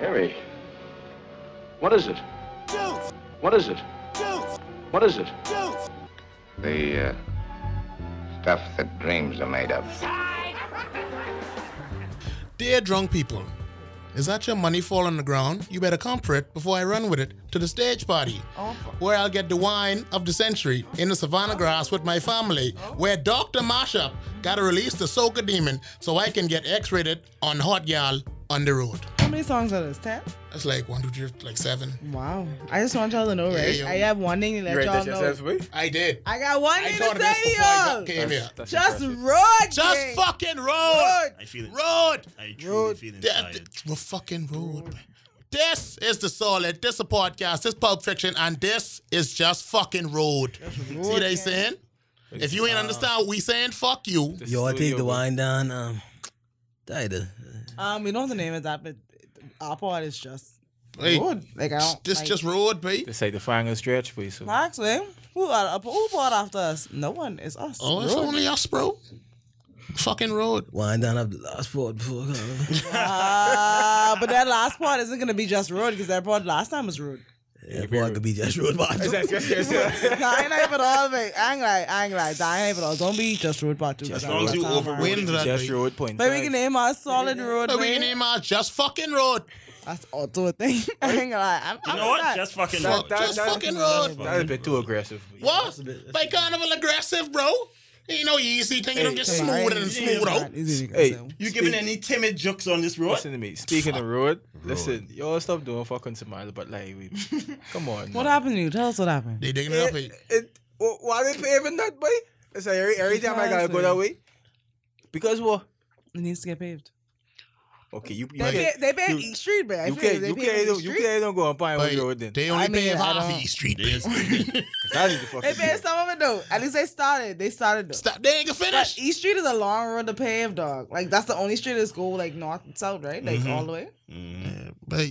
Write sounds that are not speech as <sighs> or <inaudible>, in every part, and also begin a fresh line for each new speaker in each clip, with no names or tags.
Harry. What is it? What is it? What is it?
The uh, stuff that dreams are made of.
Dear drunk people, is that your money fall on the ground? You better comfort it before I run with it to the stage party, where I'll get the wine of the century in the savannah grass with my family, where Dr. Mashup got to release the soca demon so I can get X-rated on Hot Y'all on the road.
How many songs are this? Ten?
That's like one, two, three, like seven.
Wow. I just want y'all to know,
Yeah,
right?
yo.
I have one thing to
You
let
read
y'all
that
know.
yourself, boy?
I did.
I got one
I
thing
thought
to
of this
say
before I got-
to y'all.
came here.
That's
Just
impressive.
road.
Just
gang.
fucking roll.
Road.
I feel it.
Road.
I truly
Road.
feel
That,
inspired.
the fucking road. This is the solid. This is a podcast. This Pulp Fiction, and this is just fucking road. See what they saying? If you ain't understand what we saying, fuck you.
This
Yo, I take
studio,
the
boy.
wine down. Um, tighter.
Um, you know what the name is that, but our part is just
Hey,
road. Like I don't.
This
like,
just road, babe.
This like the final stretch, boy. So
Actually, who are who bought after us? No one. It's us.
Oh, it's
Road.
only us, bro. Fucking road.
Wine down. I've lost for it before.
<laughs>
Uh, but that last part isn't gonna be just road because that part last time was road.
yeah, boy, I could be just road part.
<laughs>
Yes, yes, yes, yes. <laughs>
nah, I ain't hype at all, mate. I ain't like, I ain't like, that. I ain't hype at all. Don't be just road part two.
As long as you over-
Wind that.
Just
babe.
road point.
But we can name our solid road.
But we
babe.
can name our just fucking road.
That's auto thing. <laughs> I ain't gonna lie. I'm,
You
I'm
know what?
That.
Just fucking
That-
road.
that-
just
that-
fucking road.
That is a bit too aggressive. boy.
What? Like carnival aggressive, bro. You know, easy thing. It'll get smoother and smoother out.
Hey,
You giving any timid jokes on this road?
Listen to me. Speaking of road, listen, y'all stop doing fucking Somalia, but like, <laughs> we, come on.
What
man.
happened to you? Tell us what happened.
They digging it up. eh?
It, wh- why they paving that way? It's like every, every time I gotta go that way. Because what?
It needs to get paved.
Okay, you you
They
can't
pay, they pay
you-
East Street, but I
you
feel
can't
they
you
pay
can't
East
don't- you
Street.
can't don't go on
But
Pinewood Road then.
They only
I mean,
pave
I
half
don't-
East Street. <laughs>
That is the
They
fucking.
pay some of it though. At least they started. They started though.
Stop. They ain't gonna
But
finish.
East Street is a long road to pave, dog. Like that's the only street that's go like north and south, right?
Mm-hmm.
Like all the way.
Mm,
Yeah, but,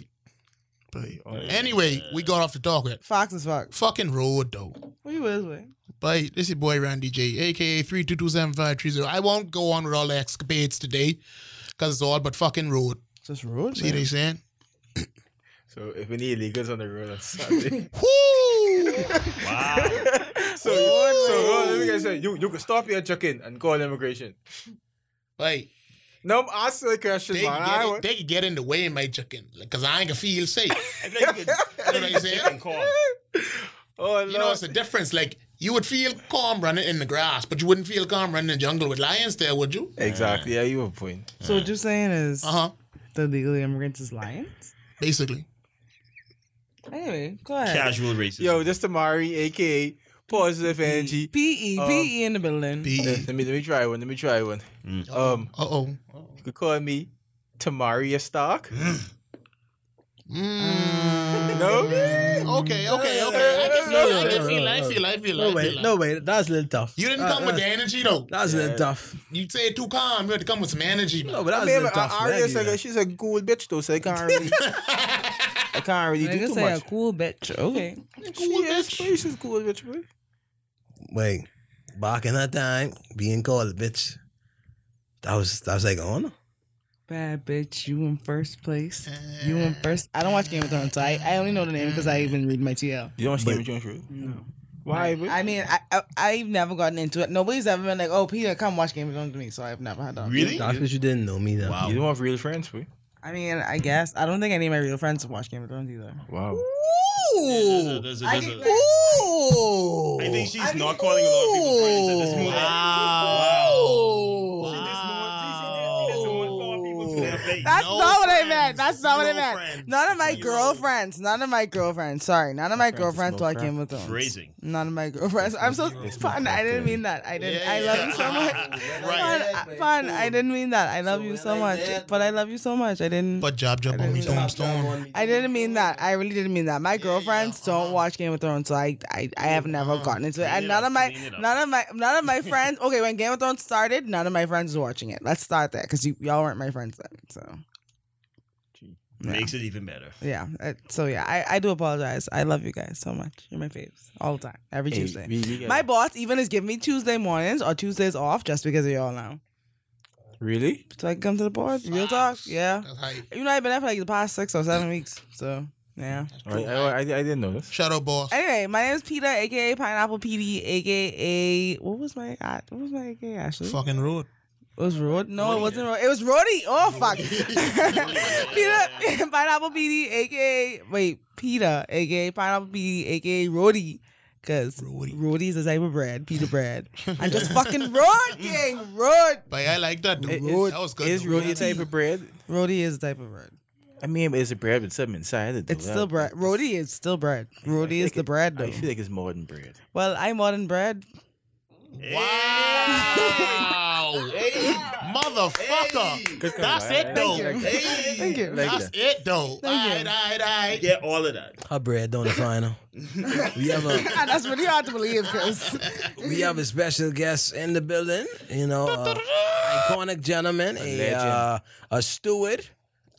but anyway, we got off the talk. With.
Fox is Fox.
Fucking road though.
What you is with?
But this is boy Randy J, aka three two two seven five three zero. I won't go on with all the escapades today, cause it's all but fucking road.
Just road.
See what they saying?
So if any illegals on the road on <laughs> Sunday,
Woo! <laughs>
<laughs> Wow.
<laughs> so so let me get say you you can stop your check-in and call immigration.
like
No, I'm asking the question,
they,
man.
can
I
get in,
want-
they can get in the way of my chicken, like, cause I ain't gonna feel safe.
I think you could- I think you could take and call.
Oh Lord.
You know, it's a difference. Like you would feel calm running in the grass, but you wouldn't feel calm running in the jungle with lions there, would you?
<laughs>
exactly. Yeah, Uh-huh. you have a point.
So what you're saying is
Uh huh.
the legally immigrants is lions?
Basically.
Anyway, go ahead.
Casual racism.
Yo, this Tamari, aka positive energy.
P E P E in the building.
Be
Let me let me try one. Let me try one. Um,
uh oh.
you could call me Tamaria Stark.
Mm.
no,
Okay, okay, okay. I can feel, I can feel, I feel, I feel,
No
I
way.
feel.
No Uh, way. That's a little tough.
You didn't
That-
come with the
that's-
energy though.
That's a little tough.
You say it too calm. You had to come with some energy. man.
No, but Oh, that's
I
a
mean,
little
but
tough. man. I
Aria
give you
Saga,
that.
she's a cool bitch though, so I can't really, I can't really do
Nigga
too
say a
much.
cool bitch. Okay.
She is, boy, she's a cool bitch, boy.
Wait, back in that time, being called a bitch, that was that was like oh, an honor.
Bad bitch, you in first place. You in first. I don't watch Game of Thrones, so I, I only know the name because I even read my TL.
You don't stay with Jones, right?
No.
Why, boy?
I mean, I, I I've never gotten into it. Nobody's ever been like, "Oh, Peter, come watch Game of Thrones with me." So I've never had that.
Really?
That's what you didn't know me. Then.
You don't have real friends, boy.
I mean, I guess I don't think any of my real friends watch Game of Thrones either.
Wow.
There's a-
Ooh.
there's a-
I
there's
get
a-
like-
Ooh.
I think she's
I mean-
not calling a lot of people friends at this moment.
Wow.
She just wants- she- she- she doesn't want four people to their face.
That's
No
not what I
friends.
meant. That's not what I
No
meant.
friends.
None of my
No.
girlfriends. None of my girlfriends. Sorry, none of my girlfriends
no
watch Game of Thrones.
Phrasing.
None of my girlfriends. I'm so fun. I didn't mean that. I didn't.
Yeah,
I love you so
yeah.
much.
Right.
Fun, I- fun. I didn't mean that. I love you so much. But I love you so much. I didn't.
But job jump on me, storm storm.
I didn't mean that. I really didn't mean that. My girlfriends don't watch Game of Thrones, so I I, I have never gotten into it.
Clean
And
it
none
up,
of my
clean it up.
none of my none of my friends. Okay, when Game of Thrones started, none of my friends was watching it. Let's start there because you y'all weren't my friends then. So Yeah.
Makes it even better.
yeah, Uh, so yeah, I, I do apologize. I love you guys so much. You're my faves all the time, every
Hey,
Tuesday.
we- we got-
My boss even is giving me Tuesday mornings or Tuesdays off just because of y'all now.
Really?
So I come to the board. Real talk.
Facts.
Yeah.
That's hype.
You know, I've been there for like the past six or seven weeks. So, yeah.
All right, I, I, I didn't know this.
Shadow boss.
Anyway, my name is Peter, aka Pineapple PD, aka what was my I- what was my aka actually?
Fucking rude.
It was Rod? No, it wasn't Rod. It was Roddy.
<laughs>
Oh fuck. <laughs> Peter <laughs> Pineapple PD, aka wait Peter, aka Pineapple PD, aka Roddy. Cause
Roddy.
Roddy is a type of bread,
<laughs>
Peter bread. I'm just fucking Rod gang, Rod.
But I like that. Dude.
It- it's-
that was good.
Is
though.
Rodi a type of bread?
Roddy is a type of bread.
I mean, it's a bread with something inside it. though.
It's still bread. Roddy is still bread. Roddy is the bread
I
though.
feel like it's more than bread.
Well, I'm modern <laughs> bread.
Wow. Motherfucker. That's it though.
Thank you.
Like
That's
that.
it though. Aight, aight, aight.
Get all of that.
Her bread don't define
<laughs>
her. we have a
Ah, That's really hard to believe, cause
we have a special guest in the building. You know, a iconic gentleman, a uh, a steward.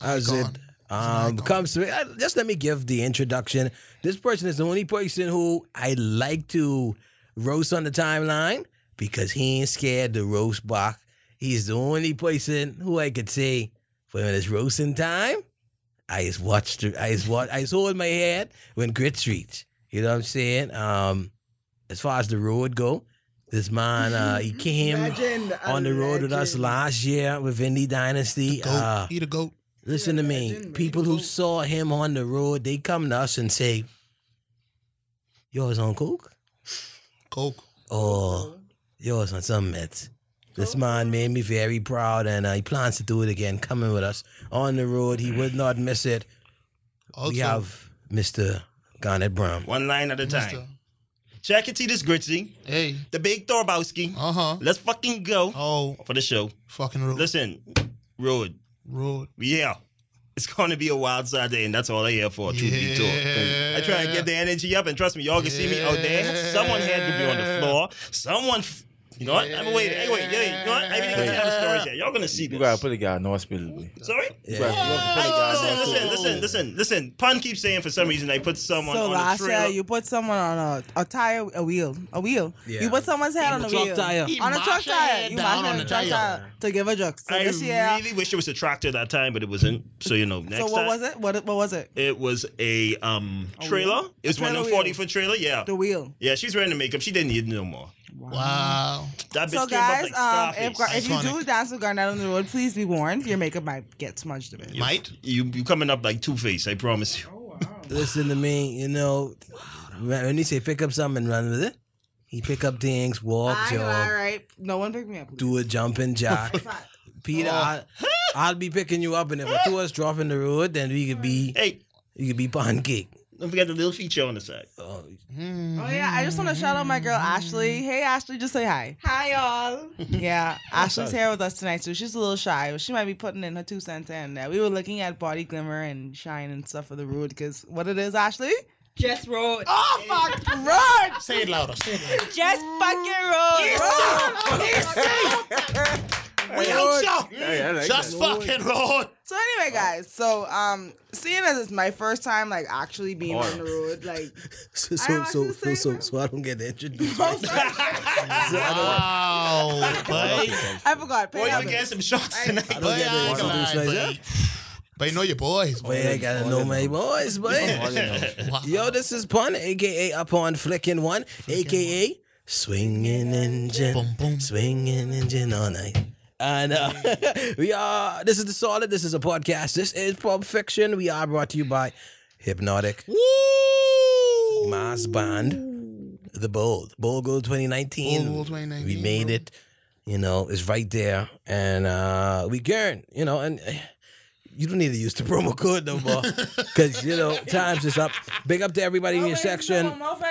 As it
Icon.
um, comes to it, I- just let me give the introduction. This person is the only person who I like to roast on the timeline because he ain't scared to roast Bach. He's the only person who I could say when it's roasting time. I just watched. the- I just watch. I just hold my head when grits reach. You know what I'm saying? Um, as far as the road go, this man uh,
<laughs>
he came <laughs> on the road with us last year with Indy Dynasty.
Goat.
Uh,
he the goat.
listen to me, people who saw him on the road, they come to us and say, "Yo, it's on coke."
Coke. Uh-huh.
Oh, yours on some meds. This man made me very proud, and uh, he plans to do it again. Coming with us on the road, he would not miss it.
Also,
we have Mr. Garnet Brown.
One line at a
Mr.
time. Check it, see this Gritzy,
Hey.
the big Thorbowski.
Uh huh.
Let's fucking go
Oh,
for the show.
fucking rude.
Listen, Mm-hmm. Road,
Rude.
yeah. It's gonna be a wild Saturday, and that's all I here for. Truth be told,
Yeah.
I try and get the energy up, and trust me, y'all can see me out there. Someone had to be on the floor. Someone, f- you know what? I'm waiting. Anyway, yeah, you know what? I really gotta have a story here. Y'all gonna see
You
this.
gotta put a guy in the hospital. boy.
Sorry.
You gotta- you gotta put a guy in the
I, listen, listen,
hospital.
listen, listen, listen. Pun keeps saying for some reason they put someone
so
on
last
a
year
trailer.
you put someone on a, a tire, a wheel, a wheel.
Yeah.
You put someone's head on a
truck
wheel,
tire. He
on a truck
mashed her
tire.
head
You
down
mashed
on
on a
the
truck
tire.
tire to give a joke. So
I
this year,
really wish it was a tractor that time, but it wasn't. So you know,
<laughs>
next
so what
time
was it? What what was it?
it was a um
A
trailer.
wheel?
It was
A
one
trailer
of them forty
wheel.
foot trailer. Yeah,
The wheel.
yeah. She's wearing the makeup. She didn't need no more.
Wow.
That bitch
So
came up
guys,
like
um,
Scarface.
if, Gar- if you
Iconic.
do dance with Garnett on the road, please be warned your makeup might get smudged a bit.
Might.
you you coming up like Two Face. I promise you.
Listen to me, you know, when he say pick up something and run with it, he pick up things, walk,
I know, all
jog,
right. No one picked me up. please.
do a jumping
<laughs>
jack. Peter, I, I'll be picking you up, and if a tourist drop in the road, then we could be
Hey,
you could be pancake.
don't forget the little feature on the side.
Oh,
Oh yeah, I just want to shout out my girl Ashley. Hey Ashley, just say hi. Hi y'all. <laughs> Yeah, Ashley's here with us tonight, so she's a little shy. but She might be putting in her two cents in there. We were looking at body glimmer and shine and stuff for the road because what it is, Ashley?
Just road.
Oh fuck, road,
Say it louder. Say it louder.
Just fucking road.
We out y'all.
Hey, I like
Just
that.
fucking road.
So anyway, guys, so um, seeing as it's my first time like actually being on the road, like
so
I
so so
know what
so,
you're
so
saying.
so I don't get introduced.
Wow.
<laughs>
Boy,
I forgot.
Boy,
Pay
you get some shots tonight.
I
boy,
don't
I
get
ain't gonna
introduced
lie,
myself.
boy. But you know your boys. boy.
Boy, I gotta know my boys, boy.
<laughs>
Wow.
Yo, this is Pun, aka Upon Flicking One, aka Swinging Engine,
Boom, boom.
Swinging Engine all night. And uh, <laughs> we are. This is the solid. This is a podcast. This is Pulp Fiction. We are brought to you by Hypnotic,
Woo!
Mass Band, The Bold, Bold Gold 2019.
Bold Gold 2019,
We made
bro.
it. You know, it's right there, and uh, we gurn. You know, and. uh, You don't need to use the <laughs> promo code no
<laughs>
more, because you know times is up. Big up to everybody
Oh,
in your section.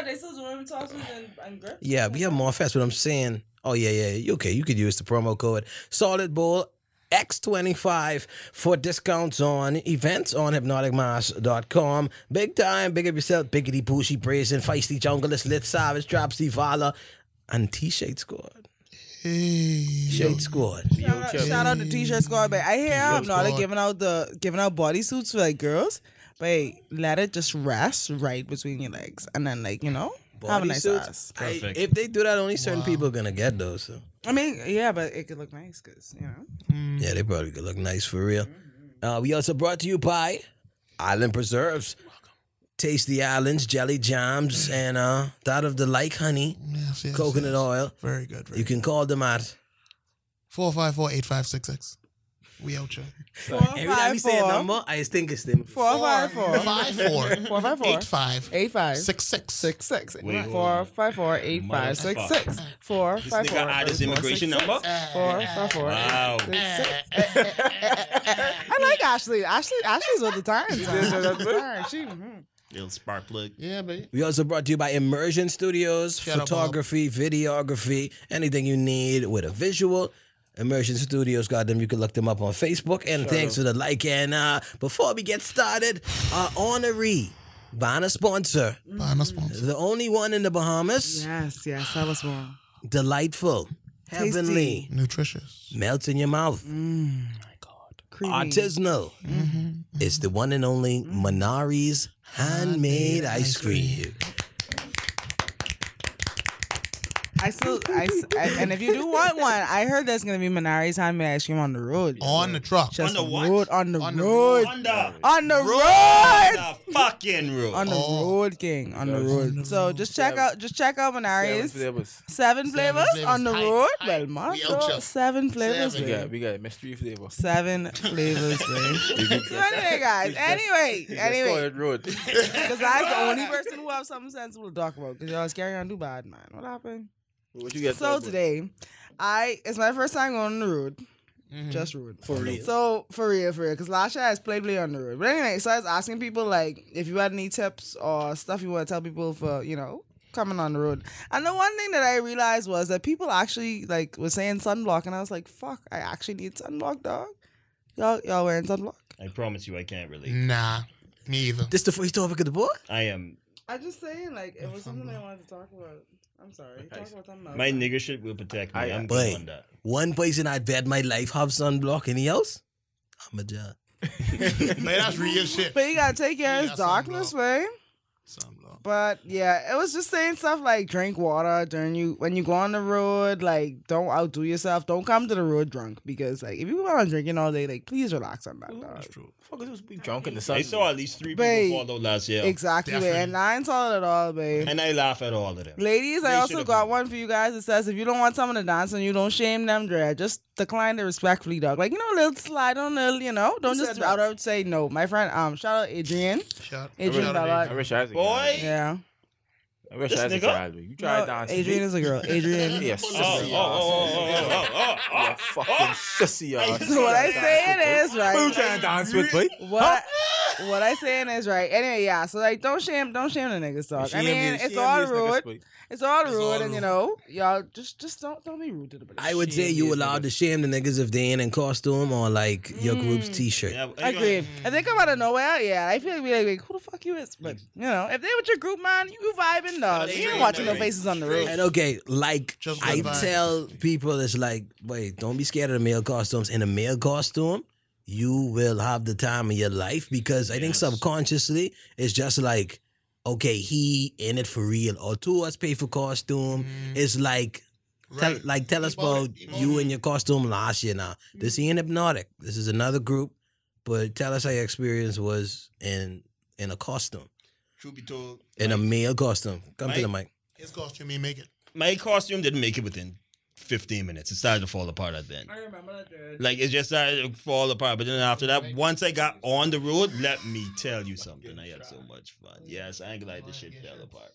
They still doing tosses and, and grips.
Yeah, we have more fast. What I'm saying. Oh yeah, yeah. you- Okay, you could use the promo code Solid Bowl X25 for discounts on events on hypnoticmass.com. Big time, big up yourself, biggity bushy, brazen, feisty, junglist, lit savage, dropsy, vala, and T Shade Squad.
Hey.
Shade Squad.
Shout out, shout out to T-shirt squad, but I hear I'm not
squad.
like, giving out the giving out bodysuits for like girls, but hey, let it just rest right between your legs, and then like you know, have a nice
Bodysuits.
ass.
I- if they do that, only certain people are gonna get those. So.
I mean, yeah, but it could look nice because you know.
Yeah, they probably could look nice for real. Uh, we also brought to you by Island Preserves. Tasty islands, jelly jams, and uh, that of the like honey,
Yes, yes,
coconut
yes.
oil.
Very good. Very
You can call them at.
Four five four eight five six six. We out here.
Four
Every time you
five
say a
four.
number, I just think it's them.
Four five four.
Five four
<laughs> Four five four.
eight five
Eight five.
six six
Six six
Wait,
four five four eight five six six four
This
five
nigga
four
add his
eight, four,
immigration
six,
number?
six, Four five four.
Wow.
eight, six, six. I like Ashley. Ashley Ashley's with the time. She mhm.
Little spark plug.
Yeah, baby.
We also brought to you by Immersion Studios,
Shout out, Bob.
photography, videography, anything you need with a visual. Immersion Studios got them. You can look them up on Facebook. And thanks for the like. And uh, before we get started, our honoree, Banner sponsor,
Banner sponsor.
the only one in the Bahamas,
Yes, yes, that was wrong.
delightful, heavenly,
Nutritious.
melts in your mouth,
Creamy.
artisanal. It's the one and only Minari's Mm-hmm. handmade ice cream.
I still, I, s- I- and if you do want one, I heard there's gonna be Minari's handmade ice cream on the road.
On the truck.
Just
On the what?
road, on the
On the
road,
On the,
on the
on
road.
the fucking roof.
on the
Oh.
road, King. On the road. So just check out just check out Minari's. Seven,
flavors.
flavors,
flavors.
on the
Hype,
road.
hype.
Well,
We out
Marco,
here.
seven flavors.
Seven.
We
babe.
got, we got mystery flavors.
Seven flavors,
<laughs>
man. So anyway, guys. Anyway, anyway,
road.
<laughs> because that's
<laughs>
the only person who have something sensible to talk about. Because y'all is carrying on do bad, man. What happened?
What you get
So today, I it's my first time going on the road. Just road. Mm-hmm. For real. So for real, for real. Cause last year I was play play on the road. But anyway, so I was asking people like if you had any tips or stuff you want to tell people for, you know, coming on the road. And the one thing that I realized was that people actually like were saying sunblock and I was like, fuck, I actually need sunblock, dog. Y'all y'all wearing sunblock?
I promise you, I can't relate.
Nah, me
<laughs>
either.
This the first topic of the book?
I am.
I just saying like it was something I wanted to talk about. I'm sorry. Talk about something else.
My nigger shit will protect me. I,
I-
am
Wait.
good on that.
One person I'd bet my life have sunblock. Any else? I'm a job.
Man, that's real shit.
But you gotta take your
You
ass
got
darkness,
sunblock.
man.
Sunblock.
But yeah, it was just saying stuff like drink water during you when you go on the road. Like don't outdo yourself. Don't come to the road drunk because like if you go out drinking all day, like please relax on that. Dog.
Fuckers was be drunk in the sun.
I saw at least three
Babe.
people fall out last year,
Exactly, babe.
Definitely.
and I ain't solid at all, babe.
and I laugh at all of them.
Ladies, I
They
also
should've
got
been.
one for you guys that says if you don't want someone to dance and you don't shame them, dread, just decline it respectfully, dog. Like you know, a little slide on, a little, you know, don't
Who
just
said that?
out of say no. My friend, um, shout out Adrian,
Shut
Adrian
shut
Ballard.
I wish I was a
Boy.
guy.
yeah.
I wish
This
I was a
nigga?
guy. babe. You try
No,
dancing.
Adrian is a girl.
<laughs>
Adrian.
Yes.
Oh, oh,
sissy ass.
oh,
<laughs> You
oh, oh, oh,
a
oh,
fucking
<laughs>
sissy ass.
So what I saying is
Who you
right.
trying to dance with, boy?
What what I saying is right. Anyway, yeah. So like, don't shame, don't shame the niggas, dog. I
Shame
mean,
these-
it's
shame
all
these niggas,
rude.
boy.
It's all
It's
rude,
all
and you
rude.
know, y'all just just don't don't be rude to the bitch.
I would say
Shame
you
these
allowed to
niggas.
shame the niggas if they ain't in costume or like your group's t-shirt.
Yeah, but-
Agreed. If they come out of nowhere, yeah, I feel like, be like, like, who the fuck you is? But you know, if they with your group, man, you vibing, dog.
they
You ain't
straight,
watching no
they
faces on the road.
And okay, like
Just
I
good vibes.
tell people, it's like, wait, don't be scared of the male costumes. In a male costume, you will have the time of your life because I think subconsciously it's just like, okay, he in it for real, or two us pay for costume. It's like Tell,
Mm-hmm. Mm, Right.
like, tell us
Keep on
about
it, keep
you
on it. Mm-hmm.
and your costume last year. Now, this ain't hypnotic. This is another group, but tell us how your experience was in in a costume,
Truth be told,
in a male costume. Come to the mic.
His costume ain't make it.
my costume didn't make it within 15 minutes. It started to fall apart at the end.
I remember that. dude.
Like it just started to fall apart. But then after that, once I got on the road, let me tell you something. I had so much fun. Yes, I ain't gonna lie, this shit fell apart.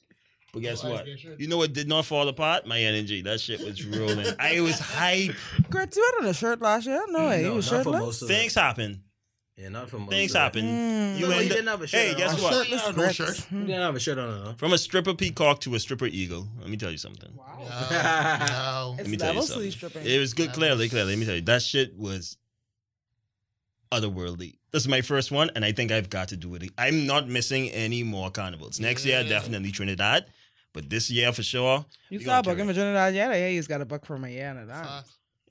But guess what? You know what did not fall apart? My energy. That shit was rolling. I was hype.
Grit, you had on a shirt last year? No, way, you
not
was
for
shirtless.
most of
Things happen.
it. Yeah, not for most
Things
of it.
happen.
Mm.
You
No,
end
you
up-
didn't have a shirt
Hey,
on.
guess
I'm
what?
Shirtless, no
Grits.
shirt.
You didn't have a shirt on. Huh?
From a stripper peacock to a stripper eagle. Let me tell you something. <laughs>
No, no.
It's
Let me tell you
level
something.
sleeve stripping.
It was good, clearly, clearly. Let me tell you, that shit was otherworldly. This is my first one, and I think I've got to do it. I'm not missing any more carnivals. Next year,
Yeah.
definitely Trinidad, but this year for sure.
You
we
saw a
gonna carry
buck in
it.
Virginia last year? Yeah, you just got a buck from a year and a dime.
Fuck.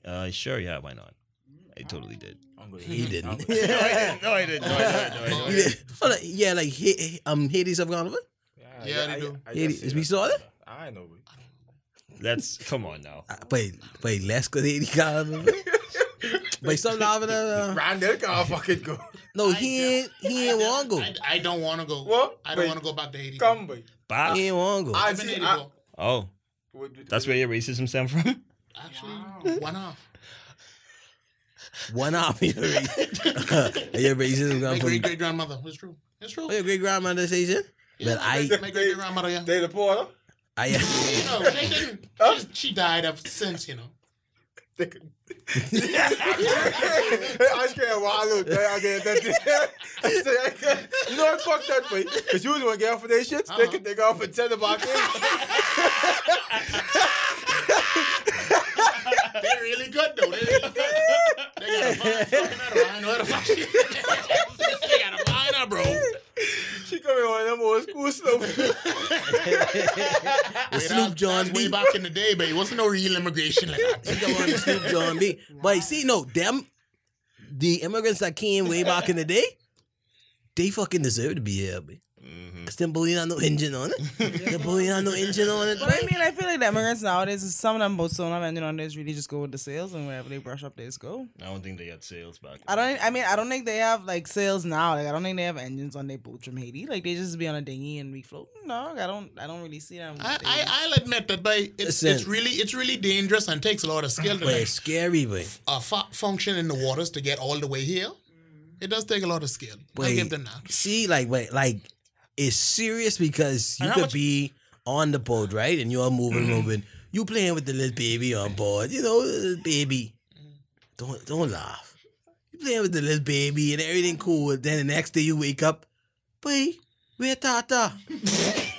Uh, sure, yeah, why not? I totally did.
<laughs>
He didn't.
no, I didn't. No, I didn't. No, I didn't. No, I didn't.
You didn't- Hold on. <laughs> <laughs> yeah, like he, um, Hades of Gone.
Yeah,
Yeah, they do.
Hades, we saw that.
I know, boy.
Let's come on now.
Uh, Wait, wait, let's go to <laughs> Wait, some lava uh,
Randall can't fucking <laughs> go.
No, he ain't he ain't want go.
I, I don't want to go.
What?
I don't
Wait.
want to go back to Haiti.
Come, boy.
Bob.
He ain't want go.
I
I've been to
see.
Haiti.
I-
before.
Oh,
Wait,
that's where your racism stem from.
Actually, one off.
One off <laughs> your Your racism
My
come
great
from
great grandmother. It's true. It's true.
Oh, your great grandmother says it?
Yeah,
But
my
I
great- my great grandmother. Yeah.
They the porter.
I uh,
You
<laughs>
know, they didn't.
Huh?
she- She died of since you know.
I scared Wallow. I get that.
<laughs>
I say, I can't- you know what? Fuck that, boy. Because you was gonna get off of their shit. They
Uh-huh.
can take off for ten about it.
They're really good though. They're really good. They got
<laughs>
a fine fucking out of I know how to fuck shit. They got a fine out, bro.
She coming on them old school slow.
<laughs>
The
Wait,
Snoop
that-
John
that's way
B.
back in the day, but it wasn't no real immigration like <laughs> that.
Come on, Snoop John B. But see, no, them the immigrants that came way back in the day, they fucking deserve to be here, man. Cause them bully not no engine on it. the bully not no engine on it.
But
man.
I mean, I feel like the immigrants nowadays, some of them both so not ending on this really just go with the sales and wherever they brush up, they just go.
I don't think they got sales back.
I don't. e, I mean, I don't think they have like sales now. Like, I don't think they have engines on their boat from Haiti. Like, they just be on a dinghy and be floating. No, I don't. I don't really see them.
I, I I'll admit that, but it's, it's
Listen.
really it's really dangerous and takes a lot of skill to
But
like,
it's scary, but
uh, fu- function in the waters to get all the way here. It does take a lot of skill. I
Wait.
give them that.
see, like, but like, it's serious because you
And how
could
much-
be on the boat, right? And you're moving, moving. You playing with the little baby on board, you know, little baby. Don't don't laugh. You playing with the little baby and everything cool. Then the next day you wake up, boy, where Tata?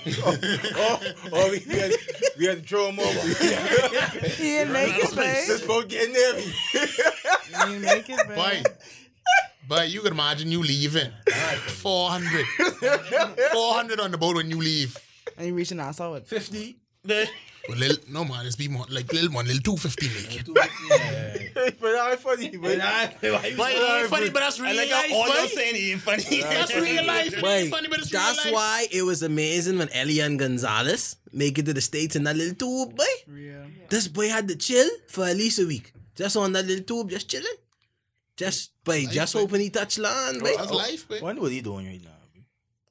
oh, oh, we had, we had to throw him over.
<laughs>
He ain't make it,
this
babe.
boat getting heavy.
He ain't make
<laughs>
it, babe.
But but you can imagine you leaving. 400. 400 on the boat when you leave.
And you reaching out, so it.
Fifty.
Well, little, no man, it's be more like little one, little 250 make it.
but I funny, but
But it ain't funny, but that's real
I like
life.
how all y'all
boy.
saying it ain't funny.
That's real life. It ain't
Wait,
funny, but it's real
that's
life.
why it was amazing when Elian Gonzalez make it to the States in that little tube, boy. This boy had to chill for at least a week. Just on that little tube, just chilling. Just, boy, just
boy.
hoping he touch land, boy.
That's life, eh? man.
<laughs> Wonder what he doing right now.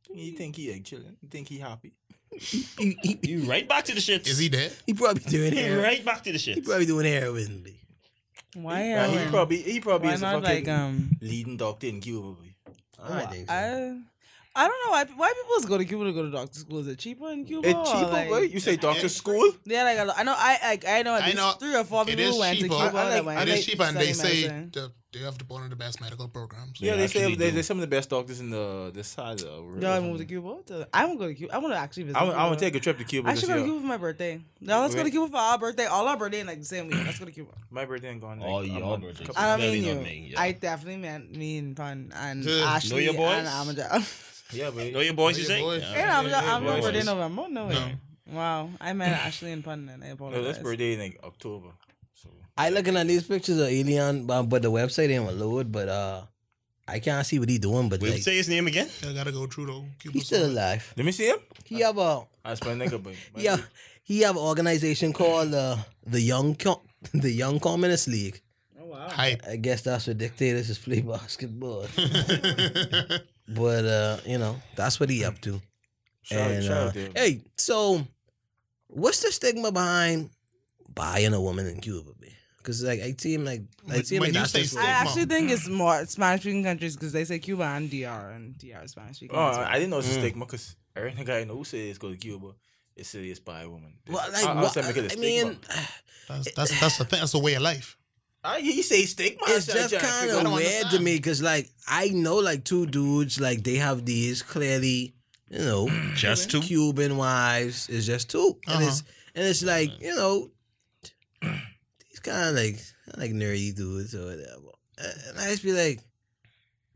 bro. He think he like chilling. He think he happy.
He, he,
You right back to the shit.
Is he there?
he probably doing
You
heroin.
right back to the shit.
He probably doing heroin, boy.
Why?
Nah, he
Aaron?
probably he probably
Why
is a
not
fucking
like um?
leading doctor in Cuba. Boy.
I think so.
I, I don't know why why people just go to Cuba to go to doctor school. Is it cheaper in Cuba?
It's
or,
cheaper,
Oh, like-
boy. You say doctor school?
Yeah, like a lo- I know I like I know at
I
least
know.
three or four
It
people
is
who went
cheaper.
to Cuba.
I
that
like-
went
I
It
to
is
like-
cheap, and they
study
say
medicine.
the, they have the one of the best medical programs.
Yeah, they
They
say
actually
they,
do.
they're some of the best doctors in the the side of the world.
Y'all move to Cuba? To- I want to go to Cuba. I want to actually visit.
I want, I
Cuba.
want to take a trip to Cuba.
I
this
should go to
year.
Cuba for my birthday. No, let's go to
Wait.
Cuba for our birthday. All our birthday in like the same week. Let's go to Cuba.
My birthday ain't gone. Like,
Oh,
a
your
month,
birthday.
couple-
I don't
Definitely
mean you.
not me, yeah.
I definitely meant me and Pun and
Good.
Ashley
Know your boys?
<laughs> and Amanda.
Yeah, but
Know your boys, you
Know
say?
your boys.
Yeah.
and Amanda,
yeah,
Amanda
boys.
birthday in November. No way.
No.
Wow, I meant Ashley and Pun, and I
no,
apologize.
Oh, that's birthday in like October. So
I looking at these pictures of Elian, but, but the website ain't load, but uh, I can't see what he doing, but
Wait,
like,
say his name again.
I gotta go through though. Cuba
he's still
somewhere.
alive.
let me see him.
He have a,
That's my nigga, boy. My
yeah,
nigga.
he have an organization called uh, the Young Com- <laughs> the Young Communist League.
hype.
I guess that's what dictators <laughs> is play basketball.
<laughs>
but uh, you know, that's what he up to.
Shout, out-
And,
shout
uh,
out to him.
hey, so what's the stigma behind buying a woman in Cuba? Because like I seem like I
When-
seem
when
like
you
that's
say
just-
I
stigma.
actually think it's more Spanish speaking countries because they say Cuba and DR and DR is Spanish speaking.
Oh, I didn't know it's a
Mm.
stigma because every nigga I know who says go to Cuba is serious by a woman.
well,
I,
like
I, was
what-
trying to make it a
I
stigma.
mean,
That's that's that's the thing. That's the way of life.
I, you say stigma.
<sighs>
I
it's
was trying
just
to figure
kind
out-
of
don't
weird to
understand.
me because like I know like two dudes like they have these clearly you know
Just two.
Cuban wives is just 2 and
Uh-huh.
it's and it's like you know <clears throat> these kind of like like nerdy dudes or whatever, Uh, and I just be like,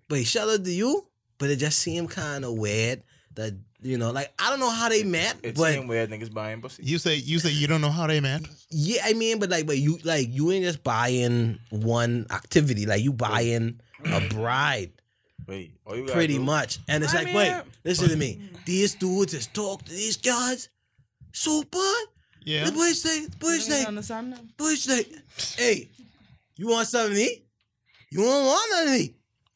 wait, shout out to you, but it just seemed kind of weird that you know like I don't know how they met,
It's
but
same way niggas buying pussy.
You say you say you don't know how they met.
yeah, I mean, but like, but you like you ain't just buying one activity, like you buying a bride.
Wait, all you gotta
pretty
do-
much. And it's
I
like,
mean,
wait,
uh,
listen to me. These dudes is talk to these guys so bad.
Yeah.
The boy say, the boy
You
say,
don't understand them.
boy say, hey, you want something to eat? You don't want nothing to eat?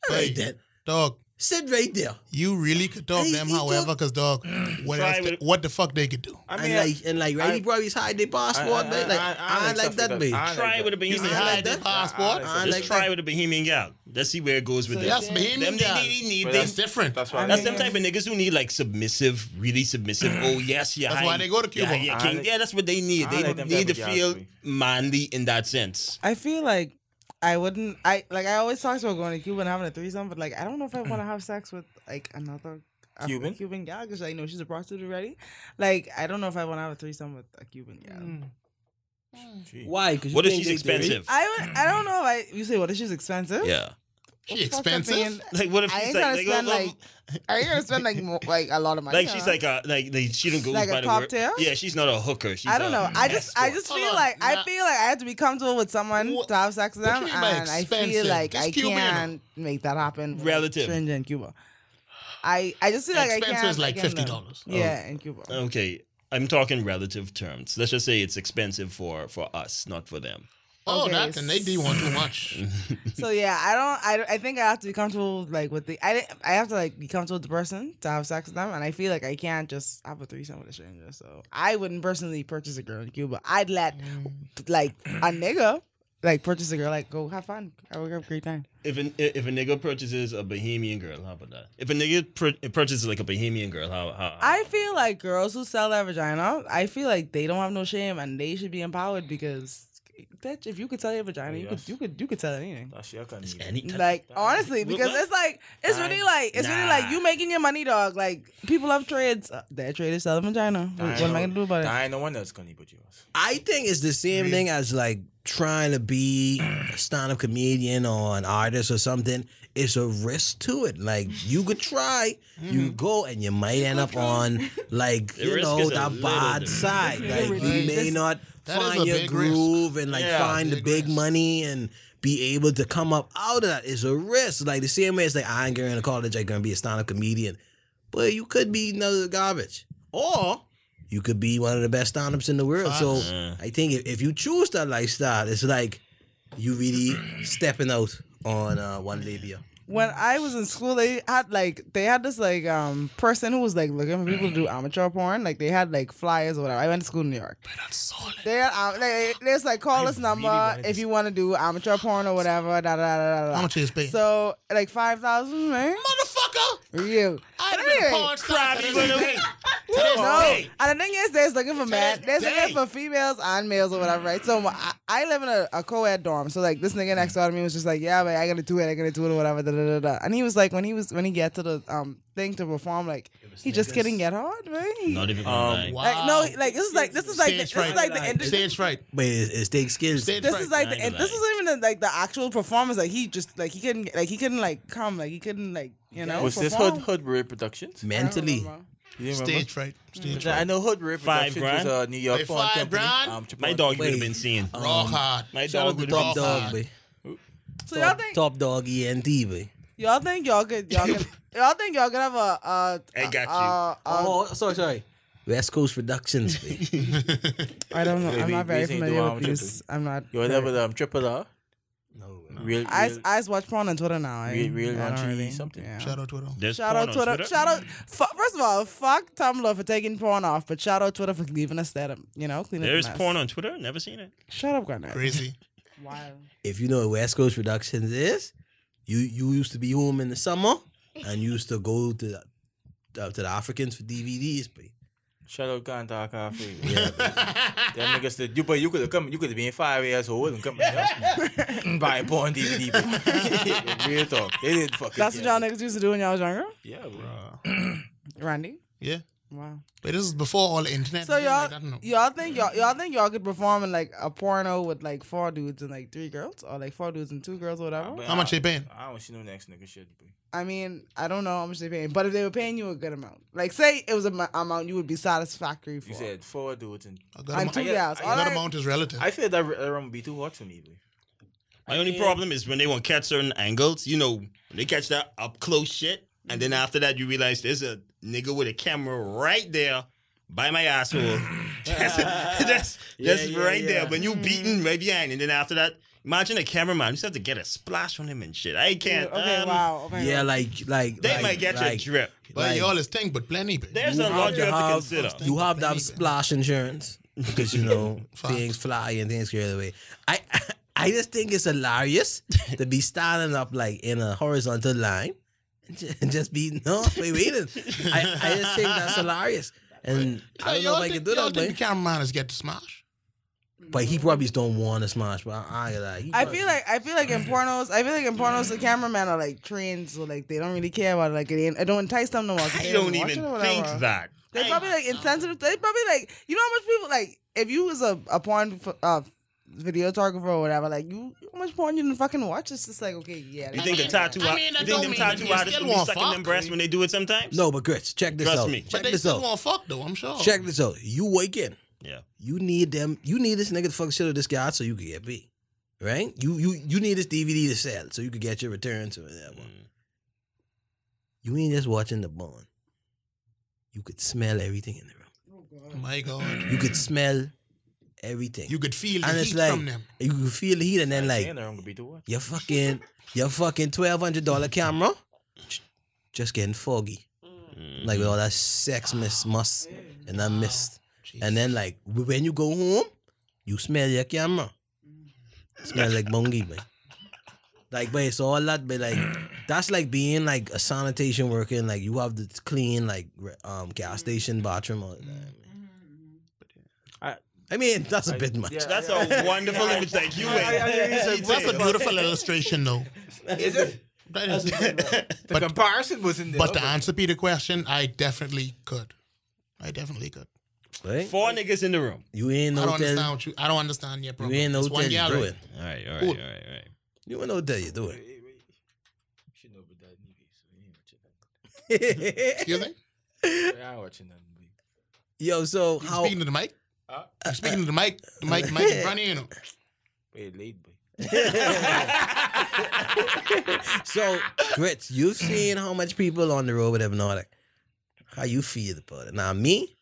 All
Hey.
right then.
Dog,
Sit right there.
you really could talk
Hey,
them,
he talk-
however, because, dog, what,
Try
else
with-
the- what the fuck they could do?
I
and like, and like, right?
I-
he probably hide their passport.
I-
like,
I- I- I
I,
like
like
stuff
that,
like
babe.
that. I-
Try
like
with a
that.
You say
Bohemian
I
gal.
like
hide their
that.
passport.
I- I like
Let's
like
try with a Bohemian gal. Let's see where it goes with
That's
this.
Bohemian
Them, they,
gal.
they need,
But
they,
that's-
Different.
That's why.
That's them type of niggas who need like submissive, really
<clears throat>
submissive. oh yes, yeah.
That's why they go to Cuba.
Yeah, yeah,
I
king.
like-
yeah, that's what they need.
I
They
like them
need to
type of
feel
gals, me.
manly in that sense.
I feel like I wouldn't. I like. I always talk about going to Cuba and having a threesome, but like, I don't know if I
Mm.
want to have sex with like another Afro-
Cuban?
Cuban gal because I know she's a prostitute already. Like, I don't know if I want to have a threesome with a Cuban gal.
Mm.
Why? Because
What if she's expensive?
I would. I don't know. I you say what if she's expensive?
Yeah.
What
She
the fuck I'm
expensive?
paying-
Like what if
I ain't
she's like,
gonna spend
like, oh, oh,
like. Are you gonna spend like mo- like a lot of money?
like she's
huh?
like a like, like she don't go
Like
by
a
the word.
cocktail?
Yeah, she's not a hooker. She's
I don't
a
know. I just I
escort.
just
Hold
feel
on,
like I
nah.
feel like I have to be comfortable with someone
What-
to have sex with
what
them,
you mean by
and I feel
expensive?
like
This
I
Cuban, you know.
can't make that happen. with
Relative.
strange in Cuba. I I just feel like I
Expensive
can't.
is like Oh.
I can't,
$50.
no. Yeah, in Cuba.
Um.
okay. I'm talking relative terms. Let's just say it's expensive for for us, not for them.
Oh,
Okay,
that, and they D want too much.
so yeah, I don't. I, don't- I think I have to be comfortable like with the. I didn't- I have to like be comfortable with the person to have sex with them, and I feel like I can't just have a threesome with a stranger. So I wouldn't personally purchase a girl in Cuba. I'd let
Mm.
like a nigga like purchase a girl like go have fun. I would have a great time.
If an, if a nigga purchases a Bohemian girl, how about that? If a nigga pur- purchases like a Bohemian girl, how how?
I feel like girls who sell their vagina, I feel like they don't have no shame and they should be empowered because bitch, if you could sell your vagina, you could
Yes.
you could you could sell anything.
That's your kind of
any type-
Like honestly,
What-
because
what?
it's like it's really like it's really like
Nah.
you making your money, dog. Like people love trades. Uh, Their trade is selling vagina. What, what am I gonna do about it?
I ain't no one else gonna eat but you.
I think it's the same thing as like trying to be a stand-up comedian or an artist or something. It's a risk to it. Like you could try, you go, and you might end up on like
The
you
risk
know
is a
that
little
bad
bit.
side. Like
really
you may
risk.
not
That is
find
a
your
big risk.
groove and like
Yeah,
find the
big
big
risk.
money and be able to come up out of that. It's a risk. Like the same way it's like I ain't going to college. I'm going to be a stand-up comedian, but you could be another garbage or you could be one of the best stand-ups in the world. So
Yeah.
I think if, if you choose that lifestyle, it's like you really stepping out on uh, one labia.
when I was in school, they had like they had this like um person who was like looking for people to
Mm.
do amateur porn. Like they had like flyers or whatever. I went to school in New York. They had um, they, they was like call this number if you want to do amateur porn or whatever. Da da da da da.
How much is paid?
So like five thousand, man.
Motherfucker!
Real.
I'd have
But
been a
anyway,
porn star.
Crabby
today.
with
<laughs>
a-
no.
day.
And the thing is, there's looking for men.
this
There's
day.
looking for females and males or whatever, right? So I, I live in a, a co-ed dorm. So like this nigga next door to me was just like, yeah, but I gotta do it, I gotta do it or whatever. Da, da, da, da. And he was like, when he was when he get to the um thing to perform, like he just couldn't get hard, man. He-
Not even
Um,
gonna lie.
like, no, like this is like this is like the,
Stage
this is
fright.
like the end.
Stage fright.
But it, it takes skills.
Stage
This
fright.
is like the
Nine
end. This
to
isn't even the, like the actual performance. Like he just like he couldn't like he couldn't like come like he couldn't like you know.
Was this
perform.
Hood Hood Ray Productions?
Mentally,
You remember?
Stage fright. Stage
I know Hood Ray
Five
Productions was
grand?
a New York
Wait,
porn
five
company.
grand?
Um, to
My
porn-
dog would
Wait.
have been seen.
raw hard.
My
shout
dog
out to
would have
Top
been
Dog, boy.
So y'all
Top,
think
top E Dog ENT, boy.
y'all think y'all could y'all
<laughs>
could y'all think y'all could have a uh
I got you.
Um,
oh, sorry, sorry. West Coast Productions, <laughs> boy.
I don't know.
Yeah,
I'm
we-
not
we
very
seen
familiar
Dual
with
Arm
these. I'm not.
You were there with um, Triple R.
no,
Real, real,
I, I just watch porn on Twitter now. I,
real, real
I don't
raunchy
really-
something.
yeah.
Shout out to it all.
<laughs>
There's
Shout
porn
out
on
Twitter. Shout out. F- first of all, fuck Tumblr for taking porn off, but shout out Twitter for leaving us that. um, You know, cleaning
There's
up the mess.
porn on Twitter. Never seen it.
Shut up, Garnet.
Crazy.
Wow.
if you know what West Coast Productions is, you you used to be home in the summer and you used to go to the, uh, to the Africans for DVDs, boy.
Shout out Gandhar Cafe. Yeah. <laughs> Them niggas said, you, but you could have come, you could have been five years old and come here buy porn DVD. but- <laughs> Real talk. They didn't fucking
That's
care.
what y'all niggas used to do when y'all was younger,
Yeah, bro.
Randy.
Yeah.
Wow.
But this is before all the internet.
So
and everything
y'all,
like that, I don't know.
y'all think y'all, y'all think y'all could perform in like a porno with like four dudes and like three girls, or like four dudes and two girls, or whatever.
But
How much
I-
they paying?
I don't see no next nigga shit. bro.
I mean, I don't know how much they're paying, but if they were paying you a good amount, like say it was a mu- amount you would be satisfactory for.
You said four dudes and
A good
and
amount,
two
I-
gals.
I-
All
a good
I-
amount is relative.
I feel that r- that room would be too hot for me. Bro.
My only problem is when they want to catch certain angles, you know, they catch that up close shit, and then after that you realize there's a nigga with a camera right there by my asshole, <laughs> That's that's, that's right there. When you beaten right behind, and then after that, imagine a cameraman. You just have to get a splash on him and shit. I can't.
Okay,
um,
wow. Oh my
Yeah,
God.
like like
They
like,
might get
like,
you a drip.
But
Like-
y'all is thing, but plenty. babe.
There's a
You have
lot you
to
have to
have,
consider.
you have to have splash insurance because you know
Facts.
things fly and things go the other way. I <laughs> I just think it's hilarious to be standing up like in a horizontal line and ju- and just be no wait waiting. I, I just think that's hilarious.
<laughs>
And I
Hey,
don't know
y'all
if I can
think-
do
y'all
that,
think the
but,
cameraman is get to smash?
but he probably just don't want to smash. But I, I, like, he
I
probably-
feel like I feel like in pornos, I feel like in pornos the cameramen are like trained, so like they don't really care about it. Like it, ain't, it don't entice them to watch. it.
I
They
don't
watch
even
it or
think
whatever.
that.
They
I-
probably like insensitive. They probably like you know how much people like if you was a a porn ph- uh, videographer or whatever, like you you know how much porn you didn't fucking watch. It's just like okay, yeah.
You think the tattoo?
I mean,
you
that
think
don't
them
mean
tattoo
that you
artists
still
will be
won't
sucking
fuck.
them breasts when they do it sometimes?
no, but Chris, check this
Trust
out.
me.
Check
But they
this
still
out.
won't fuck though. I'm sure.
Check this out. You wake in.
Yeah.
You need them. You need this nigga to fuck shit with this guy so you can get beat. Right? You you you need this DVD to sell so you can get your returns or whatever.
Mm.
You ain't just watching the bond. You could smell everything in the room.
My God,
You could smell everything.
you
You,
could feel the
And it's
heat
like-
from them.
could feel the heat and then like
Damn, I'm gonna be doing what?
your fucking your fucking twelve hundred dollar camera j- just getting foggy.
Mm.
Like with all that sex mist must and that mist. And then like w- when you go home, you smell your camera. Smell like bungie, man. Like, but it's all that, but like that's like being like a sanitation worker and like you have to clean like re- um gas station bathroom all the time.
I-
I mean, <laughs> that's a bit much.
yeah.
That's a <laughs> wonderful image. Like you went.
That's a beautiful illustration, though.
Is it?
That is. <laughs>
The comparison was in there.
But to answer Peter question, I definitely could. I definitely could.
Right?
Four niggas in the room.
You ain't
I
no
don't understand
tell.
what you. I don't understand your
You
problem.
ain't no
It's
tell.
one
You do
gallery.
it.
All right, all right,
Cool.
all right, all right.
You ain't no tell. You do
Wait, wait. You should know about that movie, so you ain't watching
it.
Excuse me.
that. I ain't watching that movie.
<laughs> Yo, so
You
how?
Speaking to the mic.
Huh?
You Speaking to the mic. The mic, mic in front of you. you know.
Wait, late boy.
so, Grits, you've seen how much people on the road with Hypnotic. How you feel about it? Now, me,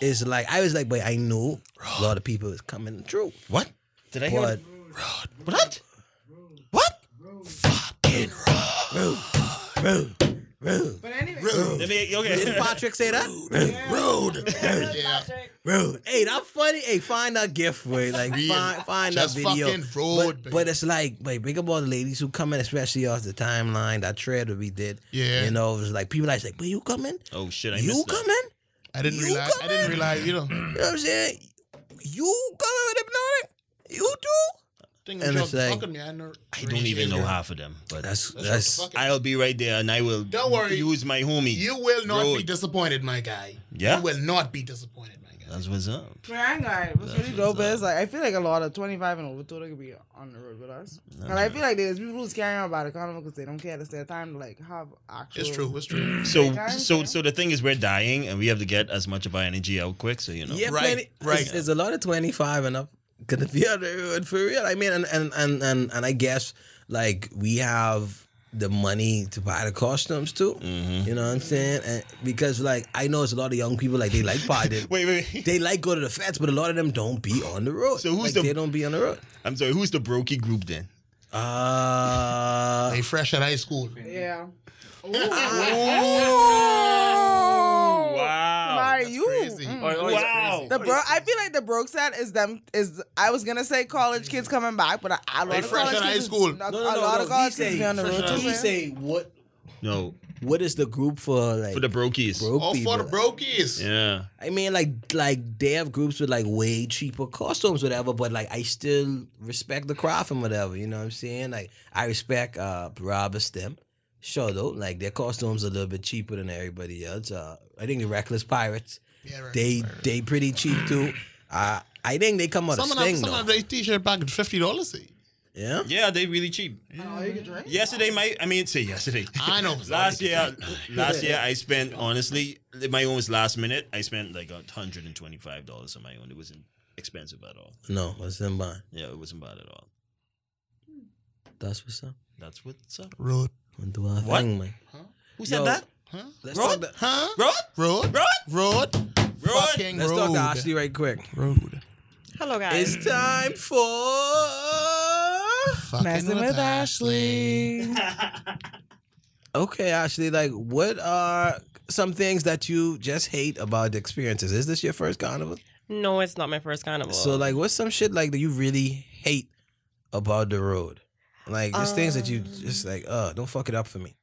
it's like, I was like, but I know a lot of people is coming true.
What? Did I hear?
But,
What? What?
rude, rude, rude.
But anyway,
Let
Rude.
me-
Didn't
Okay.
Patrick say that?
Rude. Yeah.
Rude. Hey, that funny. Hey, find that gift, way. Like,
Real.
find, find
Just
that video.
fucking road,
but,
baby.
but it's like, wait, big up all the ladies who come in, especially off the timeline, that thread that we did.
Yeah.
You know, it was like, people like, like, but you coming?
Oh shit! I
You
missed that.
coming?
I didn't
You
realize. I
come
didn't
in.
realize. You
<clears throat>
know.
You know what I'm saying? You coming with hypnotic? You do?
Thing
And
with
it's
y'all
like-
fucking me, I know-
I don't even know half of them, but
That's
That's
that's
what the fuck-
I'll be right there, and I will.
Don't worry.
Use my homie.
You will not be
Rude.
disappointed, my guy.
Yeah?
You will not be disappointed, my guy.
That's what's up.
man, I ain't gonna- what's really dope is like I feel like a lot of 25 and over total could be on the road with us, and I feel like there's people who's carrying on about the condom because they don't care. It's their time to like have actual.
It's true. It's true.
Mm.
So,
Like, I'm
so,
saying-
so the thing is, we're dying, and we have to get as much of our energy out quick. So you know.
yeah,
Right,
plenty,
right.
It's, it's a lot of twenty five and up gonna be <laughs> on the road for real. I mean, and and and and, and I guess like we have the money to buy the costumes too.
Mm-hmm.
You know what I'm saying? And because like I know it's a lot of young people like they like partying.
<laughs> Wait, wait, wait.
They like go to the fets, but a lot of them don't be on the road.
So who's
Like,
the-
they don't be on the road?
I'm sorry. Who's the brokey group then?
Uh
They fresh at high school.
Yeah.
Wow.
Mari, Oh, you.
<laughs> Crazy.
mm.
Oh, oh, it's
Wow.
crazy.
The bro, I feel like the broke set is them is I was gonna say college kids coming back, but a, a lot
They
of
fresh
college
out of
kids
high
is-
school.
A,
No,
no, no,
a lot
no,
of
no. He
college kids be on the
say,
road too.
he
man.
say what
No,
what is the group for like
for the brokies.
broke
All
people?
for the brokies.
Yeah.
I mean, like like they have groups with like way cheaper costumes, whatever. But like, I still respect the craft and whatever. You know what I'm saying? Like, I respect uh Robert Stem. Sure though, like their costumes are a little bit cheaper than everybody else. Uh, I think the Reckless Pirates,
Yeah, right.
they they pretty cheap too. Uh, I think they come out
Some
of
of them,
sting
some
though.
of they t-shirt back at fifty dollars.
yeah.
Yeah, they really cheap.
Oh,
Yesterday, my I mean, say yesterday.
I know.
<laughs> Last year, last year I spent honestly my own was last minute. I spent like hundred and twenty five dollars on my own. It wasn't expensive at all.
No, what's in mine?
Yeah, it wasn't bad at all.
That's what's up.
That's what's up.
Road.
What do I
What?
think, man? Yo,
Who said that?
Huh?
Let's
Bro?
talk that.
Huh?
Bro,
Road.
bro,
Road.
bro.
fucking
Let's
road.
talk to Ashley right quick.
Road.
Hello, guys.
It's time for.
Fucking
Messing with Ashley.
Okay, Ashley, like, what are some things that you just hate about the experiences? Is this your first carnival?
No, it's not my first carnival.
So, like, what's some shit like that you really hate about the road? Like, just things that you just like, uh, don't fuck it up for me.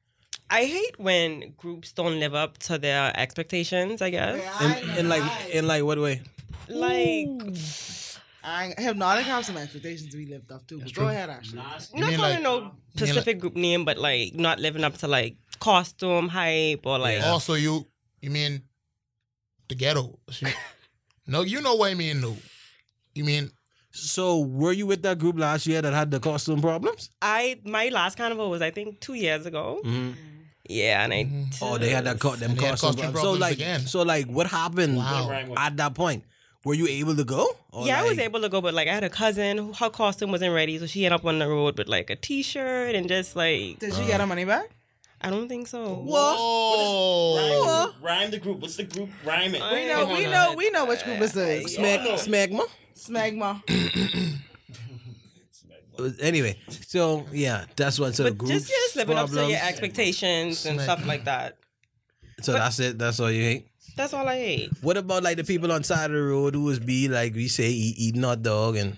I hate when groups don't live up to their expectations. I guess.
In, in like, in like, what way?
Like,
<laughs> I hypnotic have some expectations we lived up to. But go ahead, Ashley.
not
mean
calling
like-
no specific group name, but like not living up to like costume hype or like.
Yeah.
Also, you you mean the ghetto? no, you know what I mean. No, you mean
So, were you with that group last year that had the costume problems?
I my last carnival was I think two years ago. Yeah, and I.
Oh, they had that co- them
And they had
costume,
costume
problems. So,
problems
like,
again.
so like, what happened
Wow.
at that point? Were you able to go? Or,
yeah, I was
like-
able to go, but like I had a cousin who her costume wasn't ready, so she ended up on the road with like a T-shirt and just like
Did she get her money back?
I don't think so.
Whoa!
Rhyme, rhyme the group. What's the group rhyming?
Uh,
I-
We know, we know, we know which group this is.
Smeg- Smegma.
Smegma.
Anyway, so yeah, that's what. So the
But
group
just just living up to
problems.
your expectations and stuff like that.
So that's it. That's all you hate.
That's all I hate.
What about like the people on side of the road who was be like we say eat, eating hot dog and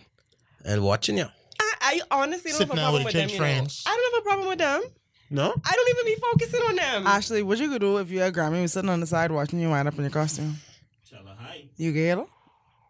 and watching you?
I, I honestly don't
Sitting
have a
down
problem
with
with
the
them.
church
You know.
friends.
I don't have a problem with them.
No.
I don't even be focusing on them.
Mm-hmm. Ashley, what you could do if you had Grammy was sitting on the side watching you wind up in your costume? You get it?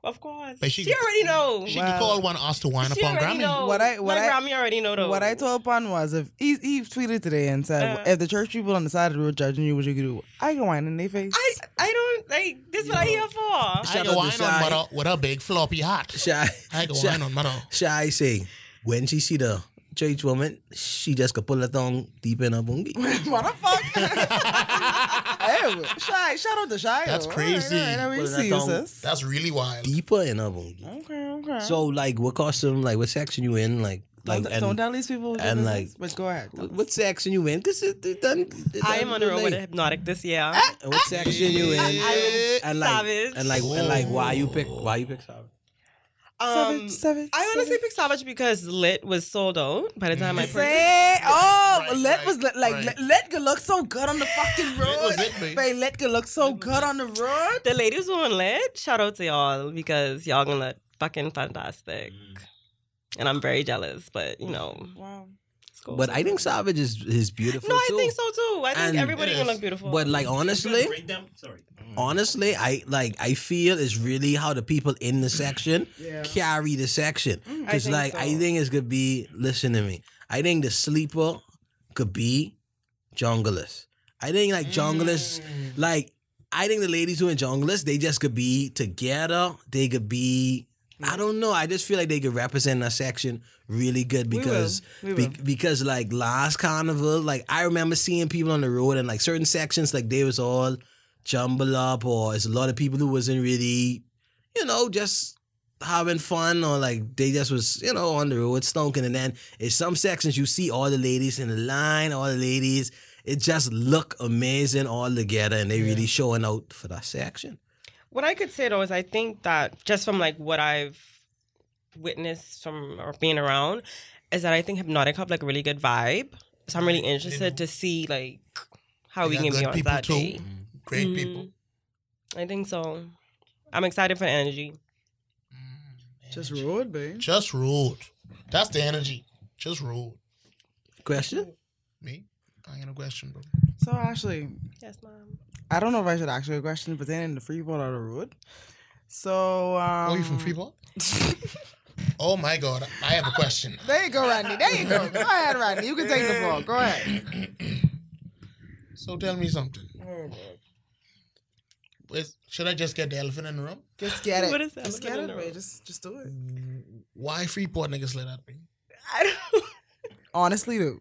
of course,
But she-
she, already know.
oh, She
She,
could call one of us to wind up on
already
Grammy.
know.
What I- what
My
I-
Grammy already know though.
What I told Pun was if he, he tweeted today and said
Uh.
if the church people on the side of the road judging you, what you could do? I can whine in their face.
I I don't like. This is what I
<laughs>
here for.
I
Shout
go
out to
wine on
Shy.
mother with her big floppy hat.
Shy.
I go
Shy,
wine on mother.
shy say when she see the church woman, she just could pull her tongue deep in her
<laughs>
bungie.
Motherfucker. hey, shy. Shout out to shy.
That's
yo.
crazy.
All right, all right, we
Well,
see
that
you,
don't-
sis.
That's really wild.
Deeper in her bungie.
Okay, okay.
So like, what costume? Like, what section you in? Like, like,
don't,
and
don't tell these people.
and,
And
like-
like, but go ahead.
what what section you in? Cause it, it done, it
I am
done
on the road with a
relate.
hypnotic this year.
Eh,
And what section
<laughs>
you in?
I-
and like,
Savage.
and like, and like, why you pick? Why you pick Savage?
Savage,
Um,
savage,
I honestly
savage.
picked Savage because Lit was sold out by the time I purchased.
Say, oh,
Right,
let
right,
was let, like
right.
let, let could look so good on the fucking road.
was it, babe.
Babe, let could look so good on the road.
The ladies who on Lit, shout out to y'all because y'all gonna look fucking fantastic.
Mm.
And I'm very jealous, but you know,
Wow.
it's cool.
But I think Savage is is beautiful
no, I
too.
think so too. I think
And-
everybody
It
gonna
is.
look beautiful.
But like honestly,
Break down. Sorry.
honestly, I like I feel it's really how the people in the
<clears throat>
section
Yeah.
carry the section.
Mm, I
Because
think
like I
so.
think it's gonna be listen to me. I think the sleeper could be junglers. I think like junglers
Mm.
like I think the ladies who in junglers, they just could be together. They could be
Mm.
I don't know. I just feel like they could represent a section really good
We will.
because
We
be-
will.
because like last carnival, like I remember seeing people on the road and like certain sections, like they was all jumble up or it's a lot of people who wasn't really, you know, just having fun or like they just was, you know, on the road stonking. And then in some sections you see all the ladies in the line, all the ladies. It just look amazing all together and they really showing out for that section.
what I could say though is I think that just from like what I've witnessed from or being around is that I think Hypnotic have like a really good vibe. So I'm really interested to see like how
They
we
got
can
good
be on
people
that
too.
day.
Great
Mm.
people.
I think so. I'm excited for the energy.
Just road, babe.
Just road. That's the energy. Just road.
Question?
Me? I ain't a question, bro.
So Ashley,
Yes, mom.
I don't know if I should ask you a question, but then in the freeboard or the road. So um,
oh, you from Freeport? oh my God, I have a question.
There you go, Rodney. There you go.
<laughs>
Go ahead, Rodney. You can take the ball. Go ahead.
So tell me something. Wait, should I just get the elephant in the room?
Just get it.
What is that?
Just
Look
get
at
it,
the
babe.
road.
Just just do it.
Why Freeport niggas let that be?
<laughs> I don't,
Honestly, dude.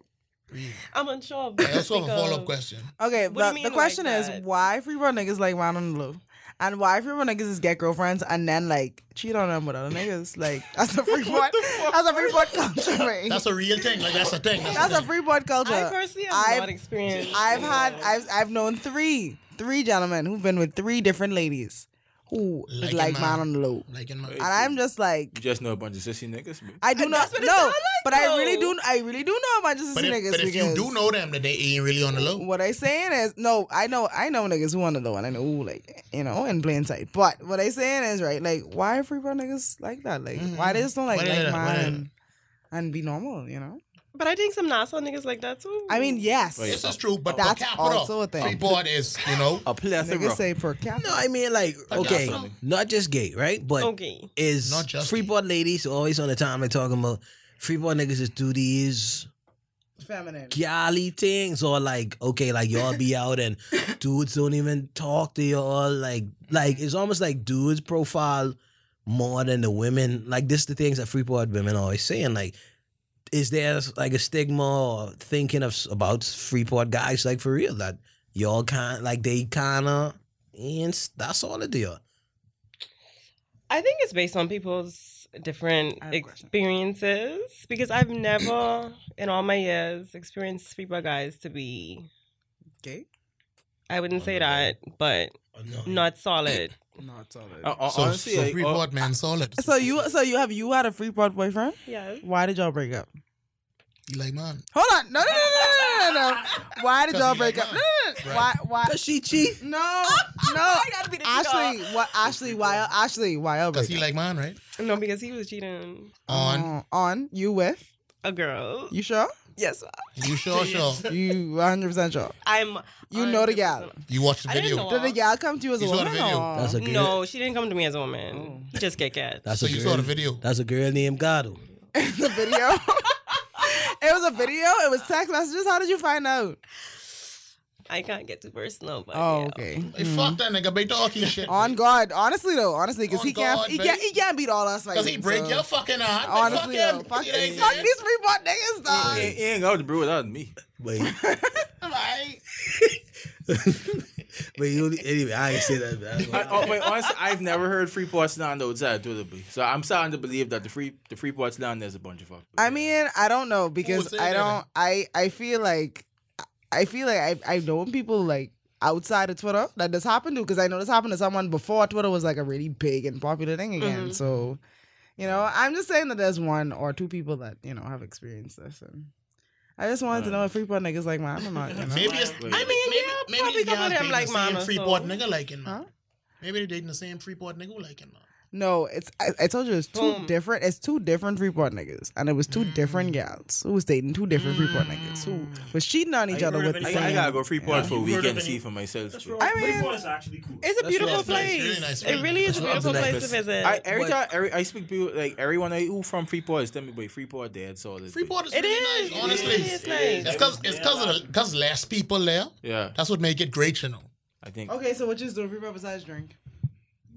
I'm unsure.
I also have a follow up question.
Okay,
What do you
but
mean
the
like
question is
that?
why free run niggas like round on the low? And why free run niggas is get girlfriends and then like cheat on them with other niggas? Like that's a
<laughs>
free board. That's a free board culture. Right?
That's a real thing. Like that's a thing. That's,
That's
a
a free board culture.
I personally have
I've-
not experienced.
I've had I've I've known three three gentlemen who've been with three different ladies who who is
Liking
like
man.
man on the low.
Like in my
And I'm just like
You just know a bunch of sissy niggas, man.
I do not
that's what it
know,
sound like,
but I really
though.
do. I really do know about just
but
niggas.
if, but if you
because
do know them, that they ain't really on the low.
what I saying is no, I know I know niggas who on the low and I know who like you know in plain sight. But what I saying is right, like why free bro niggas like that? Like why they just don't like
Why they like
like
that? Why they
man
like
and, and be normal, you know?
But I think some NASA niggas like that too.
I mean yes.
Wait,
This is true, but
That's
per capita,
also a thing.
Freeport is you know
A plethora.
Niggas say per capita.
No, I mean like okay,
Something.
not just gay, right? But
okay.
is
Not just
Freeport ladies always on the time and talking about Freeport niggas is do these
Feminine.
galley things or like okay, like y'all be out and dudes don't even talk to y'all. Like like it's almost like dudes profile more than the women. Like this the things that Freeport women always saying. Like is there like a stigma or thinking of about Freeport guys like for real that y'all kind like they kinda and that's all it is.
I think it's based on people's different
I have a question.
experiences because I've never, in all my years, experienced sleeper guys to be.
Okay.
I wouldn't say that, but
<laughs>
not solid.
Not solid.
Uh, uh,
so,
honestly,
so
like,
Freeport man solid.
So you so you have you had a Freeport boyfriend?
Yeah.
Why did y'all break up?
you like man?
Hold on. No no no no no no. no. Why did
'Cause
y'all
he
break
like
up? No,
mine.
no, no. Why why
Does she cheat?
<laughs> No, no. Ashley, what? Ashley, why? Ashley, why? I'll
Because
break
he
up?
like man, right?
No, because he was cheating
On
Oh, on you with
a girl.
you sure?
Yes,
you sure sure
You 100 percent sure?
I'm.
You know the
100%
gal.
you watch the
I didn't
video.
know.
Did the gal come to you as a
You saw the
woman?
video.
or-
That's a good
No, she didn't come to me as a woman.
Oh.
Just get cat.
That's
So
a
you
girl.
saw the video.
That's a girl named Gato.
<laughs> It's a video. it was a video. It was text messages. How did you find out?
I can't get too personal, but
Oh,
yeah.
okay.
Hey, fuck that nigga. Be talking shit.
On God, honestly though, honestly, because
On
he can't,
God,
he
babe.
can't, he can't beat all us.
Because he
fighting,
break
so.
your fucking heart.
Honestly,
fuck
though,
him.
fuck,
You know what I'm
fuck
saying?
these Freeport niggas, dog.
He ain't got the brew without me.
Wait,
Right.
but you only, anyway, I ain't say that. but
<laughs> I,
I-
<laughs> oh, but honestly, I've never heard Freeport stand outside Dudley. So I'm starting to believe that the free the Freeport stand there's a bunch of fuck.
I mean, I don't know because
say
I
that
don't. I I feel like I feel like I I know people like outside of Twitter that this happened to because I know this happened to someone before Twitter was like a really big and popular thing again.
Mhm.
So, you know, I'm just saying that there's one or two people that you know have experienced this, and I just wanted to know if Freeport niggas like mine or not. <laughs> You know?
Maybe it's.
Wait.
maybe-
I mean,
maybe,
yeah,
maybe
probably
the gal
some of them
dating
like
the
man
same
or so.
Freeport nigga liking man.
Huh?
Maybe they dating the same Freeport nigga who liking man.
No, it's I, I told you it's two
Boom. Mm.
different. It's two different Freeport niggas, and it was two different gals who was dating two different Freeport niggas who was cheating on each
you
other
heard
with
of
the
I,
any-
same.
I gotta go Freeport for a
You heard
weekend
of
to see
any-
for myself.
I mean-
Freeport is actually cool.
It's a
That's
beautiful
what I was
place.
saying.
Really nice
it really is a
That's
beautiful
what I was
place to
saying.
visit.
I, every
But-
time, every, I speak people like everyone I who from Freeport is telling me, but Freeport there, it's all
Freeport is
It
really
is.
nice, honestly.
It is nice.
It's because it's because of because less people there.
Yeah,
That's what make it great, you know.
I think.
Okay, so what you just do Freeport besides drink?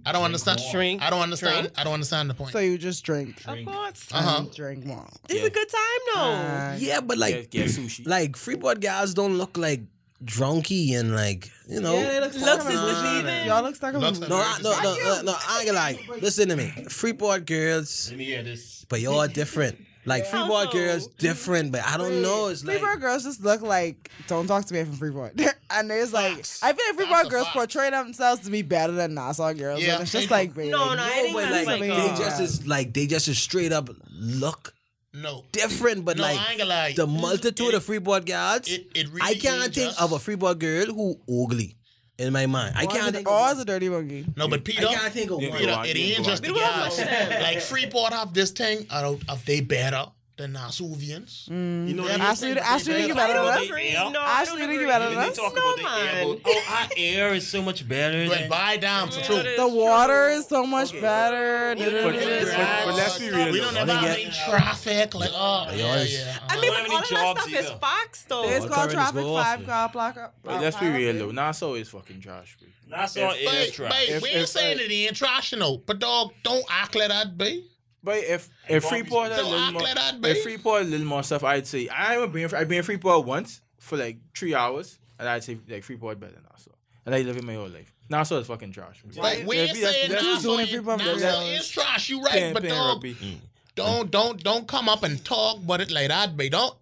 I don't understand.
Drink.
I don't understand. I don't understand the point.
So you just drink.
of course.
Uh-huh.
and Drink more.
It's
Yeah.
a good time though.
Uh,
yeah, but like,
Get, get sushi.
like Freeport guys don't look like drunky and like you know.
Looks is deceiving.
Y'all look stuck
Looks
on
no, I, no, no, no, no, I ain't gonna lie. Listen to me, Freeport girls,
Let me hear this.
but y'all different. Like Freeport
Also-
girls different, but I don't know. It's like
Freeport girls just look like don't talk to me from Freeport, <laughs> and it's like
Facts.
I feel like
That's
Freeport
a
girls
fact.
portray themselves to be better than Nassau girls.
Yeah,
and it's just
they
like
do.
baby.
No, no, I
no,
think
but
that's
like
like,
they
uh,
just is like they just is straight up look
No,
different, but
no,
like
I ain't gonna lie.
the multitude
It-
of Freeport guys,
it- it really
I can't
ain't
think
just-
of a Freeport girl who ugly in my mind. I can't think.
Or
Of,
is a dirty monkey.
No, but Peter,
I can't think of
Yeah.
one.
Peter, it ain't just the
We don't
guys.
watch them.
Like Freeport have this thing out of they better than Nasuvians.
Mm.
You know,
Yeah,
they-
Ashley,
think-
Ashley,
I
think you
don't
better than
know
us.
they- Yeah.
No,
Ashley,
I don't
think
agree.
about it,
When
huh?
they talk about the
No,
air,
man.
about, oh, our air is so much better
But
than.
buy down for true.
Yeah.
The water is so much better.
But, but,
Yeah.
but let's be real.
We
though.
don't ever have any traffic. Like, oh, yeah,
always-
yeah.
I mean,
don't have
but
any
all of that
jobs
stuff is
either.
Fox though.
It's
Oh,
called
Torrance
Traffic
go
Five
off.
car block up.
But let's be real though. Nassau is fucking trash. Bro.
Nassau
If-
air
But,
trash.
we
If-
ain't
if-
saying it ain't trash, you know. But dog, don't act like that, be.
But if if
Bobby's-
Freeport had a
Don't
little
act
more,
like that, babe.
if Freeport had a little more stuff, I'd say I remember being I've been in Freeport once for like three hours, and I'd say like Freeport better than Nassau, and I live it my whole life. Nassau is fucking trash. bro.
Like, we ain't
Let's be- let's-
saying
let's-
Who's
Nassau
doing it
ain't-
for Bobby?
Nassau is trash. You right,
Pan-
but
pan
dog, Mm.
rugby.
don't don't don't come up and talk about it like that, babe. Don't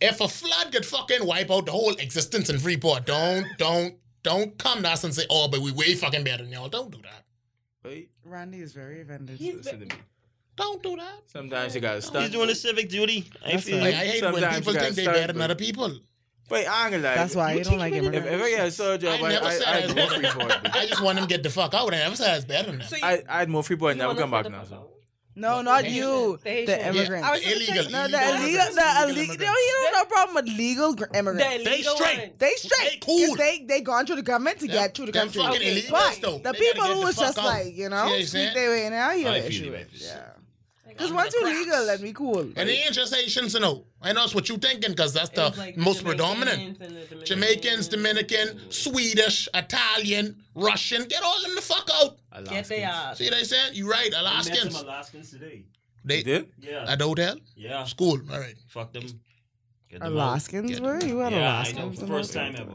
if a flood could fucking wipe out the whole existence in Freeport, don't don't don't come to us and say, oh, but we way fucking better than y'all. Don't do that.
But Hey,
Randy is very offended.
listen to me.
Don't do that.
Sometimes you gotta
He's
stunt.
doing his civic duty. I
That's
feel
Like,
right.
you.
I hate when
Sometimes
people
you
think they're
gotta
better than
start
other people.
But I ain't gonna lie.
That's why you don't like
If, if
immigrants.
I get a surgery
I
job, I,
never
I,
said
I,
I
would more free boy.
<laughs> I just want them to get the fuck out. I never said I was better than them.
So you,
I, I had more free boy and never come back now. So.
No, not you.
The
The
Haitian.
immigrants.
I was gonna say-
illegal. illegal
No, the illegal,
immigrants,
the
illegal
illegal. No,
immigrants.
he don't have no problem with legal gr- immigrants.
They straight.
They straight.
They cool.
cool. They they gone through the government to
Them-
get to the
them
country.
fucking illegals,
But
though.
the
They
people
gotta get
who
the
was
fuck
just
out.
like you know,
See what I'm
sneak
saying?
their way in out here.
I feel
issue
you,
with.
I feel you.
Yeah. Because once you legal, then we cool.
And they ain't just Haitians, you know. I know that's what you thinking because that's the most predominant. Jamaicans, Dominican, Swedish, Italian, Russian. Get all them the fuck out.
Get they uh, are.
See what I'm saying? You right, Alaskans.
Alaskans today.
They,
You did?
Yeah.
at the hotel?
Yeah.
School. All right.
Fuck them. Get them out.
Alaskans,
Get
were you had
Yeah, I know.
Alaskans? the
First
whole
time ever.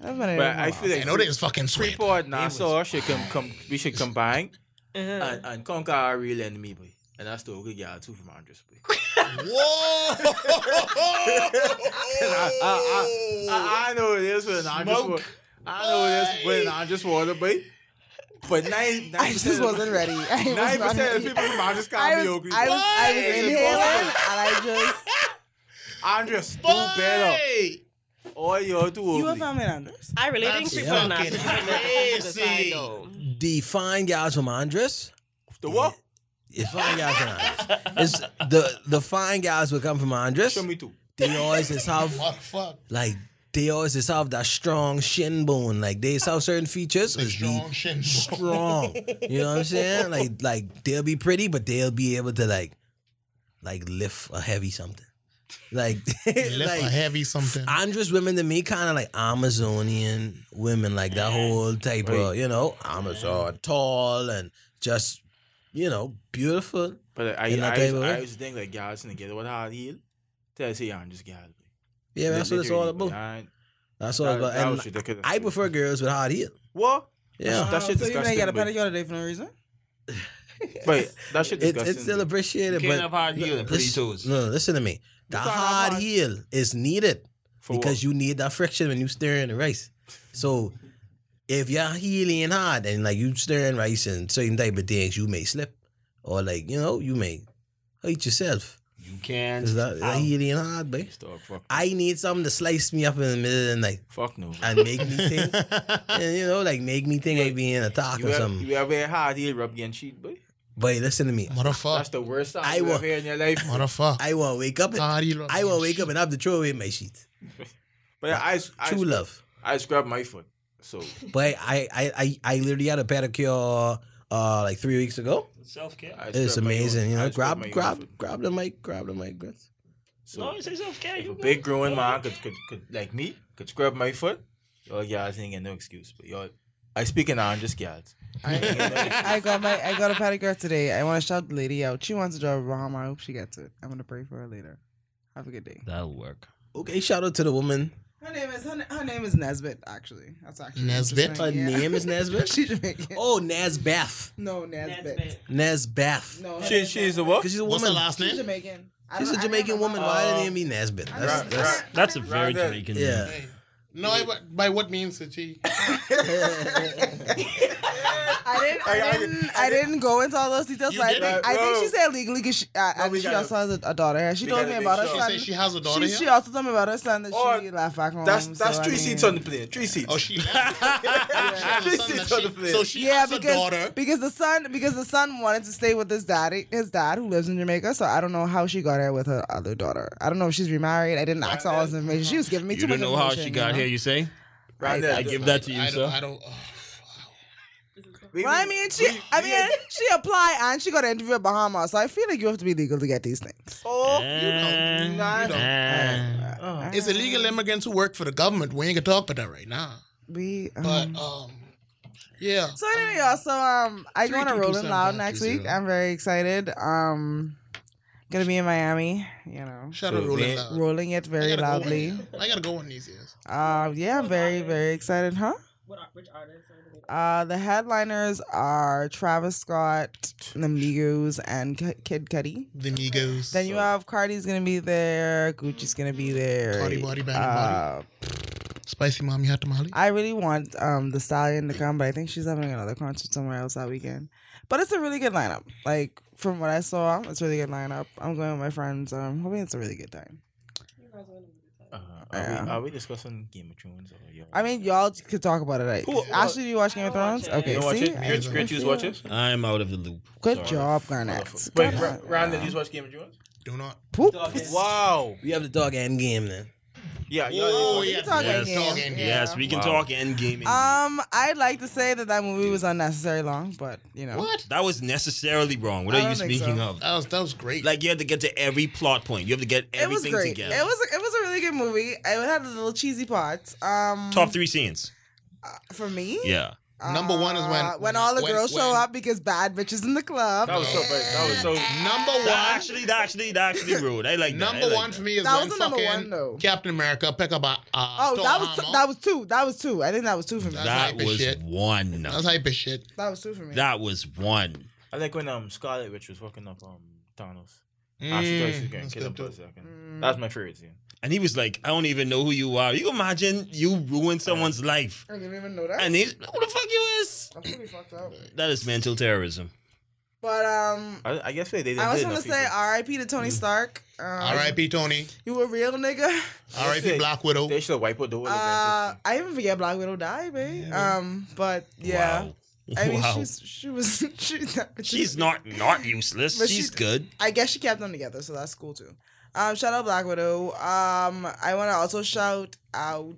That's what I
But
know.
I feel like
I know they is fucking
free
sweet.
boy and Nassau should come, come, we should combine
Uh-huh.
and, and conquer our real enemy, boy. And that's the okay girl, too, from Andres, boy. <laughs> I, I, I, I know it is with an Andres, boy. I know it is with an Andres water, boy. But nine,
<laughs> I just wasn't <laughs> ready. I was
Ninety
not
percent of
ready.
the people from Andres
I
can't
was,
be
I
okay.
was, I was
Boy,
inhaling, and I just.
Andres, do better. All you're too
You a
ugly.
family Anders?
I really think
That's
people are not.
fucking crazy.
The fine guys from Andres.
The what?
It's fine guys from Andres. It's the the fine guys will come from Andres.
Show me too.
They always just have
What the fuck?
like they always just have that strong shin bone. Like they just have certain features. It's
Strong
be
shin.
strong. You know what I'm saying? Like like they'll be pretty, but they'll be able to like like lift a heavy something. Like <laughs>
Lift a
like
heavy something.
Andres women to me kind of like Amazonian women, like
Mm.
that whole type of you know Amazon, tall and just you know beautiful.
But I, I,
You're not
I,
able,
I,
eh?
used to think like girls in the ghetto with hard heel. Tell say Andres girl. boy.
Yeah, that's what it's all about.
That,
That's all
that,
about.
that
And
was ridiculous.
I prefer girls with hard heel.
What?
Yeah,
That shit
so you may
disgusting,
get a
but-
pedicure today for no reason.
Wait, that shit
it,
disgusting.
it's still appreciated,
Can't
but
have hard heel and pretty
listen,
toes.
no, listen to me. The
can't have
hard
hard-
heel is needed
For what?
because you need that friction when you stirring the rice. So if your heel ain't hard and like you stirring rice and certain type of things, you may slip or like you know you may hurt yourself.
You can't.
Is that,
Um,
that heel ain't hard, babe?
Stop, fuck.
I need something to slice me up in the middle of the night
fuck no.
and make
<laughs>
me think, and, you know, like make me think I being attacked
You
or
ever,
something.
you ever had hard heel rub against cheat, boy?
But listen to me,
That's
Motherfuck.
the worst sound
Oh, I
you
wa-
ever heard in
<laughs>
your life.
Motherfuck.
I want to wake up. And,
Ah, you lost
I want
your
to wake up and have to throw away my sheet.
But I, I,
True love.
I, scrubbed my foot. So
But I, I, I, I literally had a pedicure uh, like three weeks ago.
Self care.
I
It's
scrubbed my own-
amazing. You
I
know,
scrubbed
grab,
my own
grab,
foot.
grab the mic, grab the mic. Chris.
No,
So
it's self care.
if a big growing man could, could, could like me could scrub my foot, y'all guys ain't get no excuse. But y'all, I speak in Andres guys.
<laughs> I got my I got a pedicure today. I want to shout the lady out. She wants to draw a Bahama. I hope she gets it. I'm gonna pray for her later. Have a good day.
That'll work.
Okay, shout out to the woman.
Her name is her, her name is Nesbit. Actually, that's actually
Nesbitt?
Her
interesting, yeah.
name is Nesbeth.
<laughs> She's Jamaican.
Oh, Nazbeth.
no, Nesbit.
Nazbeth.
No, her
She,
name is
she's
Nesbit.
a what?
Because she's a
What's the
woman.
last
She's
name?
Jamaican. I
She's
don't-
a
I don't
Jamaican
know
woman.
her
Why
last
did
name.
her name be Nesbeth?
I
That's,
don't-
that's,
That's a very
Rather-
Jamaican.
yeah.
No, I, by what means did she?
I didn't.
I- I-
I didn't. I didn't go into all those details.
You
But I
didn't?
think. I think
No.
she said legally because she, uh,
No,
and
we
she
gotta-
also has a, a daughter. here. She
we
told
gotta
me
make
about her
sure.
She
son.
said she has a daughter
She,
here.
she also told me about her son that
Oh,
she left back home.
That's that's
so, I
three
mean-
seats on the plane. Three seats.
oh, she. left. She has a
<laughs>
son
Three
that
seats on
she-
the plane.
so she
Yeah,
has a
because
daughter.
because the son because the son wanted to stay with his daddy his dad who lives in Jamaica. So I don't know how she got here with her other daughter. I don't know if she's remarried. I didn't ask her all this information. She was giving me
You
too much
don't know how
information,
she
you
got
know?
here, you say?
Right
I
there.
give that to you,
I don't. I
sir.
don't oh,
Well, I mean, she, I mean, she applied and she got an interview at Bahamas. So I feel like you have to be legal to get these things.
Oh,
Eh,
you don't.
don't.
eh.
it's illegal immigrants who work for the government. We ain't gonna talk about that right now.
We, um,
But um, yeah.
So anyway, y'all, so um, I go on a
322
Rolling Loud
soundtrack,
next
two
week.
zero.
I'm very excited. Um, gonna be in Miami. You know,
Shout out
So
Rolling
we-
Loud.
rolling it
I
very
gotta go
loudly.
on- I gotta go on these years.
Um, yeah, I'm very very excited, huh? Uh, the headliners are Travis Scott, The Migos, and K- Kid Cudi.
The Migos.
Then you have Cardi's gonna be there, Gucci's gonna be there.
Cardi, body, bandit,
uh,
body. Spicy mommy had tamale.
I really want um the stallion to come, but I think she's having another concert somewhere else that weekend. But it's a really good lineup. Like from what I saw, it's a really good lineup. I'm going with my friends. I'm hoping it's a really good time.
Uh-huh. Are, we,
Yeah.
are we discussing Game of Thrones? Or y'all-
I mean, y'all could talk about it. Like, Ashley, do you watch Game of Thrones? Okay,
You don't watch
see,
it? Great, great, you watch it?
I'm out of the loop.
good
Sorry.
job, Garnett.
Wait, Ra- Ryan, did you watch Game of Thrones?
Do not.
Poop.
Wow.
We have the dog end game then.
Yeah, yeah.
Oh
yeah.
yeah,
talk
yeah,
again.
talk again.
Yes, we can
Wow.
talk endgame. Um,
Um, I'd like to say that that movie was unnecessarily long, but you know,
What?
that was necessarily wrong. What
I
are you
don't think
speaking
so.
of?
That was that was great.
Like you have to get to every plot point. You have to get
it was
everything
great.
together.
It was it was a really good movie. It had a little cheesy parts. Um,
Top three scenes.
for me.
Yeah.
Number one is when-
Uh, when all the
when-
girls show
when-
up because bad bitches in the club.
That was so bad. That was so.
number one.
That actually, that actually, that actually rude. I like that. I
Number
like
one
that.
for me is
That
when
was the number one,
fucking
though.
Captain America pick up a. Uh,
Oh, that was
armor.
that was two. That was two. I think that was two for me. That,
That
hype as
was
shit.
one.
That was hype as shit.
was two for me.
That was one.
I like when um Scarlet Witch was fucking up um Thanos. Ah, she thought she
Mm,
was gonna
that's
kill him
good
for a
too.
second. That's my favorite scene.
And he was like, I don't even know who you are. You imagine you ruin someone's life.
I didn't even know that.
And he's, who the fuck you is?
That's pretty fucked up.
That is mental terrorism.
But um,
I, I guess they did.
I
did
also
enough
want to say uh,
people.
R.I.P. to Tony Stark. Um,
R.I.P. Tony.
You a real nigga.
R.I.P.
it.
Black Widow.
they should have wiped out the whole
Uh,
event.
I even forget Black Widow died, babe. Um, but yeah,
Wow.
I mean,
wow.
she's she was <laughs> she's not,
<laughs> She's not not useless.
But
She's
she-
good.
I guess she kept them together, so that's cool too. Um, shout out Black Widow. Um, I want to also shout out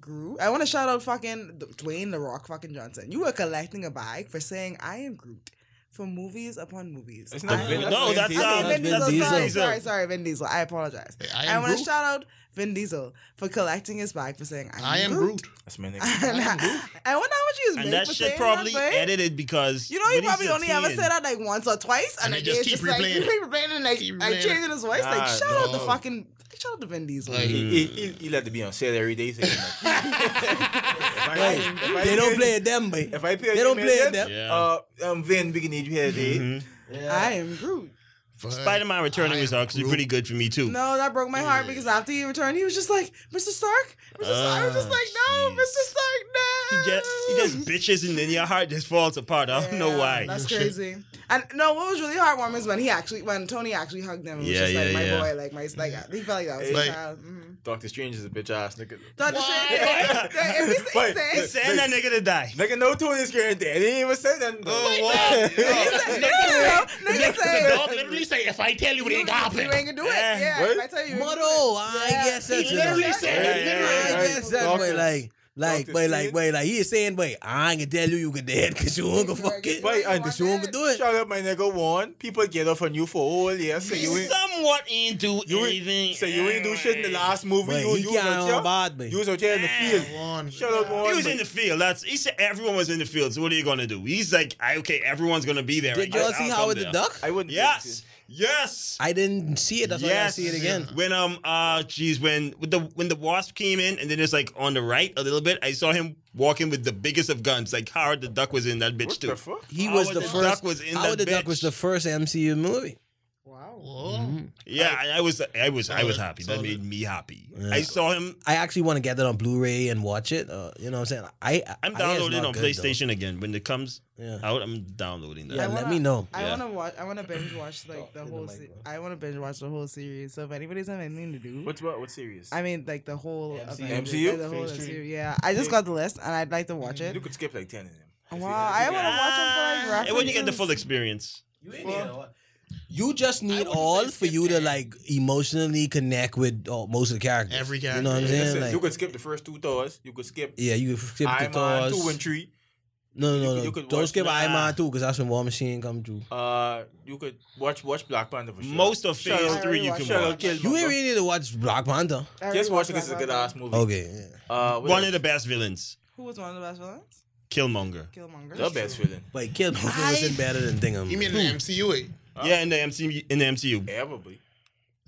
Groot. I want to shout out fucking Dwayne the Rock fucking Johnson. You were collecting a bag for saying I am Groot for movies upon movies.
It's
I
not
am-
Vin-
No, that's
Diesel.
I
not
mean, Vin Diesel.
Vin
Sorry,
Diesel.
sorry, sorry, Vin Diesel. I apologize.
I
I,
am
want to
Groot.
shout out Vin Diesel for collecting his bag for saying I am,
I am Groot.
That's my
<laughs>
nigga.
And I, I wonder how much he was
And
made
that
for
shit
saying
probably
that, babe.
edited because
You know, he
what he's
probably only ever
saying-
said that like once or twice, and,
And
I
they
guess
just
just
keep
like <laughs>
replaying it.
keep replaying it, and like,
Keep
I
replaying
changed his voice. Like,
Nah,
shout out the
no.
fucking, shout out the Vin Diesel.
Like,
He, he, he let to be on sale every day.
<laughs>
So he's like, if I- if I
They don't
pay-
play at them, but
If I pay,
They don't
you
play
million,
them.
Yeah.
Uh, um, Vin, we can need you here today.
Mhm.
I am Groot.
Fuck.
Spider-Man
I
Returning
am
was actually
Groot.
pretty good for me too.
No, that broke my heart because after he returned, he was just like, Mr. Stark, Mr. Stark. I was just
Ah,
like, no,
jeez.
Mr. Stark,
He
no.
just, he just bitches and then your heart just falls apart. I don't know
Yeah,
why.
That's crazy. And no, what was really heartwarming is when he actually, when Tony actually hugged him. It was
Yeah,
just like
yeah,
my
yeah.
boy, like my, like he felt like that was his
Like-
child. Mhm.
Doctor Strange is a bitch ass nigga.
Doctor Strange- <laughs> if he's- he's
Wait,
saying-
He Send that nigga to die.
Nigga, no Tony Strange there. They didn't even say that. Oh, <laughs>
Nigga said- nigga said,
Dog literally say, if I tell you, it
You
ain't gonna happen.
ain't gonna do it.
Yeah.
Yeah,
What?
if I tell you. you ain't gonna do
Motto, I
Yeah.
guess
He
that's
literally
enough.
said
I
it. Yeah, yeah, yeah.
guess that way,
Doctor-
like, like,
Doctor
but like,
Strange.
wait, like, he saying, wait, I ain't gonna tell you you can dead because you won't go fuck it.
Wait, and-
Because you won't go do it.
Shout out my nigga Warren. People get off on you for all year. So you ain't,
Somewhat ain't do
you
anything.
ain't, so you ain't do shit in the last movie.
Wait,
you
he
you
can't
was out
bad me.
here. You was out here in the field.
One.
Shout out Warren.
He was in the field. That's he said everyone was in the field. So what are you gonna do? He's like, I, okay, everyone's gonna be there. I
Did
guess
y'all see
I'll come
Howard the
there.
Duck?
I wouldn't.
Yes, yes.
I didn't see it. That's why I gotta see it again.
When um uh geez, when with the when the wasp came in and then it's like on the right a little bit, I saw him walking with the biggest of guns. Like Howard the Duck was in that bitch
What
too.
the fuck?
He
Howard
was the,
the
first.
Duck was in
Howard
that
the Duck
bitch.
was the first MCU movie.
Yeah, I, I was I was I was
Solid,
happy. That
solid.
made me happy.
Yeah.
I saw him.
I actually want to get that on Blu-ray and watch it. Uh, you know what I'm saying? I, I
I'm
I hear it's
downloading
not
on
good, though.
PlayStation again when it comes
Yeah.
out. I'm downloading that.
Yeah,
I
let
wanna-
me know.
I
Yeah.
want to watch. I want to binge watch like the whole. Se- I want to binge watch the whole series. So if anybody's having anything to do,
What's what? What series?
I mean, like the whole Avengers,
MCU?
the whole
Phase three. Mm-hmm.
MCU. Yeah, I just got the list and I'd like to watch
you
it.
could skip like ten of them.
Wow, I want to watch it for like
Ah,
references.
and when you get the full experience,
You just need all for you to like emotionally connect with uh, most of the characters.
Every
You know what I'm
character.
saying?
Listen,
Like,
you could skip the first two doors. You could skip
yeah, you could skip the
Iron Man two and
Thors.
three.
No,
you
no,
could-
no.
you could
Don't
watch
skip
that.
Iron Man too, because that's when War Machine come through.
Uh, you could watch watch Black Panther for sure.
most of
Oh, Shut
Phase
up.
Three you
Shut
can
Shut
watch.
up, kill
You ain't really need to watch Black Panther.
I already
Just watch it.
watched
This is a
Black
good ass
Panther.
movie.
Okay. yeah.
Uh, what
Oh, One
else?
of the best villains,
Who was one of the best villains?
Killmonger.
Killmonger.
the best villain
But Killmonger wasn't better than Thingham.
You mean the MCU? eh?
Yeah, in the MCU. In the MCU.
ever be.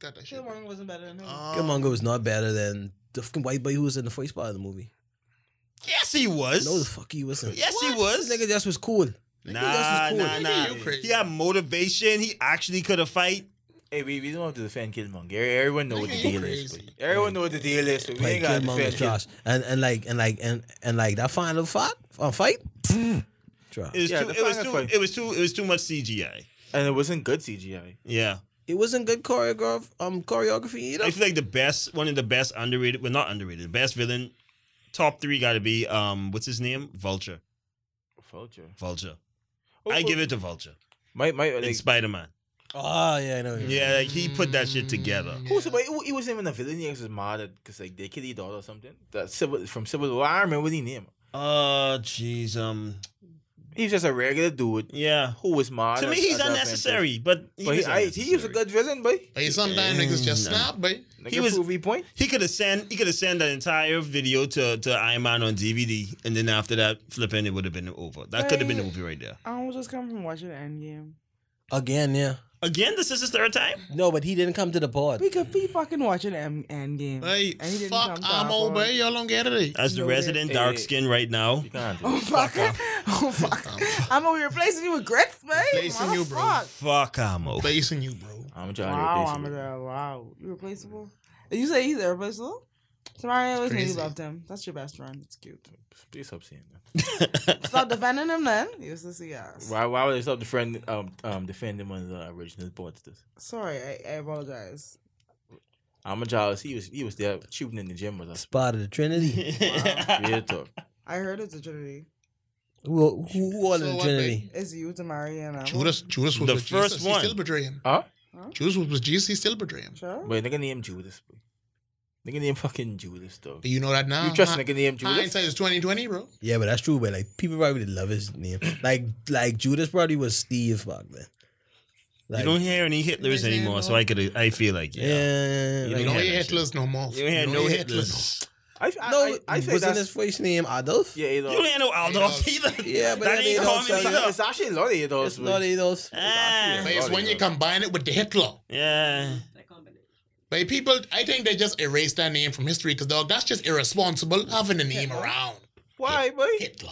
Got that shit. Uh,
Killmonger wasn't better than him.
Killmonger was not better than the fucking white boy who was in the first part of the movie.
Yes, he was.
No, the fuck he wasn't.
Yes, he was.
This nigga just was cool.
Nah,
cool.
nah, nah.
you crazy.
He had motivation. He actually could have fight.
Hey, we, we don't have to defend Killmonger. Everyone know what the deal is.
Crazy.
but Everyone know what the deal is. so We
Like
ain't got to defend
Killmonger's trash. And and like and like and and like that final fight, uh, fight.
Mm.
trash.
It was,
Yeah,
too,
the
it, was
final
too,
fight.
it was too. It was too much CGI.
Killmonger. And it wasn't good CGI.
Yeah,
It wasn't good choreograph um choreography either.
I feel like the best, one of the best underrated, well, not underrated, the best villain, top three got to be um, what's his name? Vulture.
Vulture.
Vulture. I give it to Vulture.
My my
In
like,
Spider Man.
Oh yeah, I know.
Yeah, like he put that shit together.
Who's but he, he wasn't even a villain. He was just mad at because like they killed his daughter or something. That civil from Civil War. I remember what he name.
Oh, jeez. Um,
He was just a regular dude
yeah.
who was mad.
To
at-
me, he's
at the
unnecessary, but he,
Avengers. But he,
was
I, he was a
unnecessary.
good villain, boy.
But
Mm,
sometimes niggas just snap, but
Like
He
he
was-
was prove he point.
He could have sent. He could have sent that entire video to to Iron Man on DVD, and then after that, flipping it would have been over. That could have been the movie right there.
I was just coming from watching Endgame.
Again, yeah.
Again, this is his third time.
No, but he didn't come to the pod.
We could be fucking watching M- Endgame.
hey,
and he didn't
fuck
come to our
ammo,
pod.
but y'all don't get it. eh?
As the
No,
resident
it-
dark
it-
skin right now,
You can't <laughs> do
Oh <laughs>
it.
<laughs> fuck! Oh <laughs> fuck! I'm gonna be replacing you with grits, man.
Replacing you, bro.
Motherfuck.
fuck Amo.
Basing you, bro.
I'm trying
Wow,
to
I'm
replace him.
a wow. You replaceable? You say he's irreplaceable? Somebody always knew you
crazy.
loved him. That's your best friend. It's cute.
Please stop saying that.
Stop defending him then. You sissy ass.
Why, why would they stop defend, um, um, defending one of the original posters?
Sorry, I, I apologize.
I'm a jealous. He was he was there shooting in the gym with us.
Spot of the
<laughs>
Trinity. <laughs>
Real talk.
I heard it's a Trinity.
who, who, who all in
So
the
what,
Trinity?
It's you to marry and I'm
Judas, Judas was
The
with
first
Jesus.
one.
He's still betraying. him.
Huh?
Judas was with Jesus. He's still betraying. him.
sure.
But nigga named Judas. Boy. Nigga named fucking Judas though.
Do you know that now?
You trust
Hi-
nigga named Judas?
Hindsight is twenty twenty, bro.
Yeah, but that's true. But like people probably would love his name. Like like Judas probably was Steve back then.
<laughs> you
Like,
don't hear any Hitlers anymore, so I could. I feel like yeah.
yeah.
You
like-
You don't
hear
hear
that shit.
Hitlers no more.
You don't hear
don't
no
hear
Hitlers.
I I,
No,
I, I say
wasn't
that's
his first name Adolf?
<laughs> yeah. Adolf.
You don't hear no Aldous either.
Yeah, but
that
that
ain't
ain't
common
Aldous,
either.
It's actually a lot of Adolfs.
It's not Adolf.
Ah,
But it's when you combine it with the Hitler.
yeah.
But people, I think they just erase that name from history because dog, that's just irresponsible having the name around
Why, boy?
Hitler.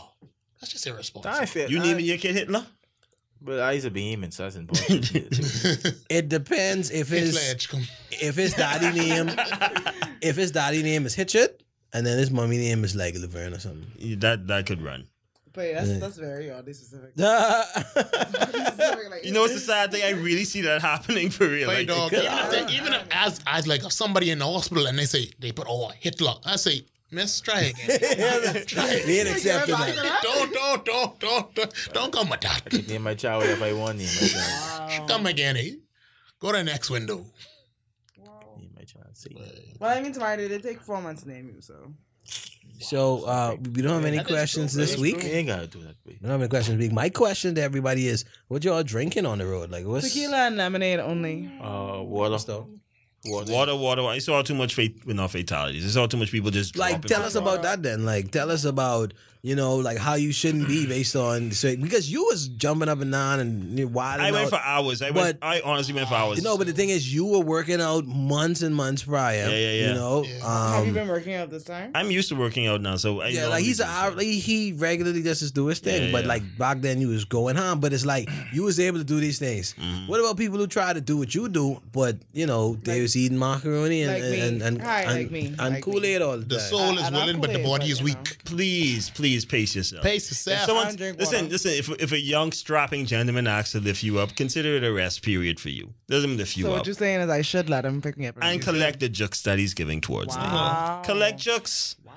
That's just irresponsible.
I feel
You
I-
naming your kid Hitler?
<laughs> But I's a behemoth, so
<laughs>
that's important.
It depends if
Hitler
his
Edgecombe.
if his daddy
<laughs>
name if his daddy name is Hitchard and then his mommy name is like Laverne or
<laughs>
something.
That that could run.
But that's that's very oddly specific.
You know, it's a sad thing. I really see that happening for real.
But
Like,
dog, even if, they, even if as as like if somebody in the hospital and they say they put oh Hitler, I say miss try again.
we ain't accepting that.
don't don't don't don't don't- don't come with that.
name my child whatever I want. Name my child.
Oh.
Come again, eh? Go to the next window.
Name my child. See.
well, I mean, tomorrow they did take four months to name you, so
So uh, we don't have any
That is
questions
true,
this
You
week.
ain't gotta do that, boy.
We don't have any questions this week. My question to everybody is, what y'all drinking on the road? Like what's
tequila and lemonade only.
Uh, water. Water.
Water, water, water. I saw too much fate, well, not fatalities. I saw too much people just
like
dropping
tell us about that then. Like tell us about you know like how you shouldn't
<clears throat>
be based on so, because you was jumping up and down and you wilding
I went
out.
for hours. I went.
But-
I honestly went for hours.
You know, but the thing is, you were working out months and months prior.
Yeah, yeah, yeah.
You know,
Have you
um,
been working out this time?
I'm used to working out now, so I
yeah,
know
like
I'm
he's a,
used to it.
like he regularly just is do his thing,
Yeah,
but
yeah.
like back then you was going home. But it's like
<clears throat>
you was able to do these things.
Mm-hmm.
What about people who try to do what you do, but you know they
Like-
was eating macaroni and
like me.
and and,
Hi,
and,
like me.
and
Like
Kool Aid all the
The
time.
soul
I-
is
I like
willing, but the
Kool-Aid,
body
but,
is
you
weak.
know.
Please, please pace yourself.
Pace
If
yourself.
someone,
drink
listen,
water.
listen. If if a young strapping gentleman asks to lift you up, consider it a rest period for you. Doesn't lift you
so
up.
what you're saying is I should let him pick me up.
and collect the jokes that he's giving towards
Wow.
me. Collect jokes. Wow.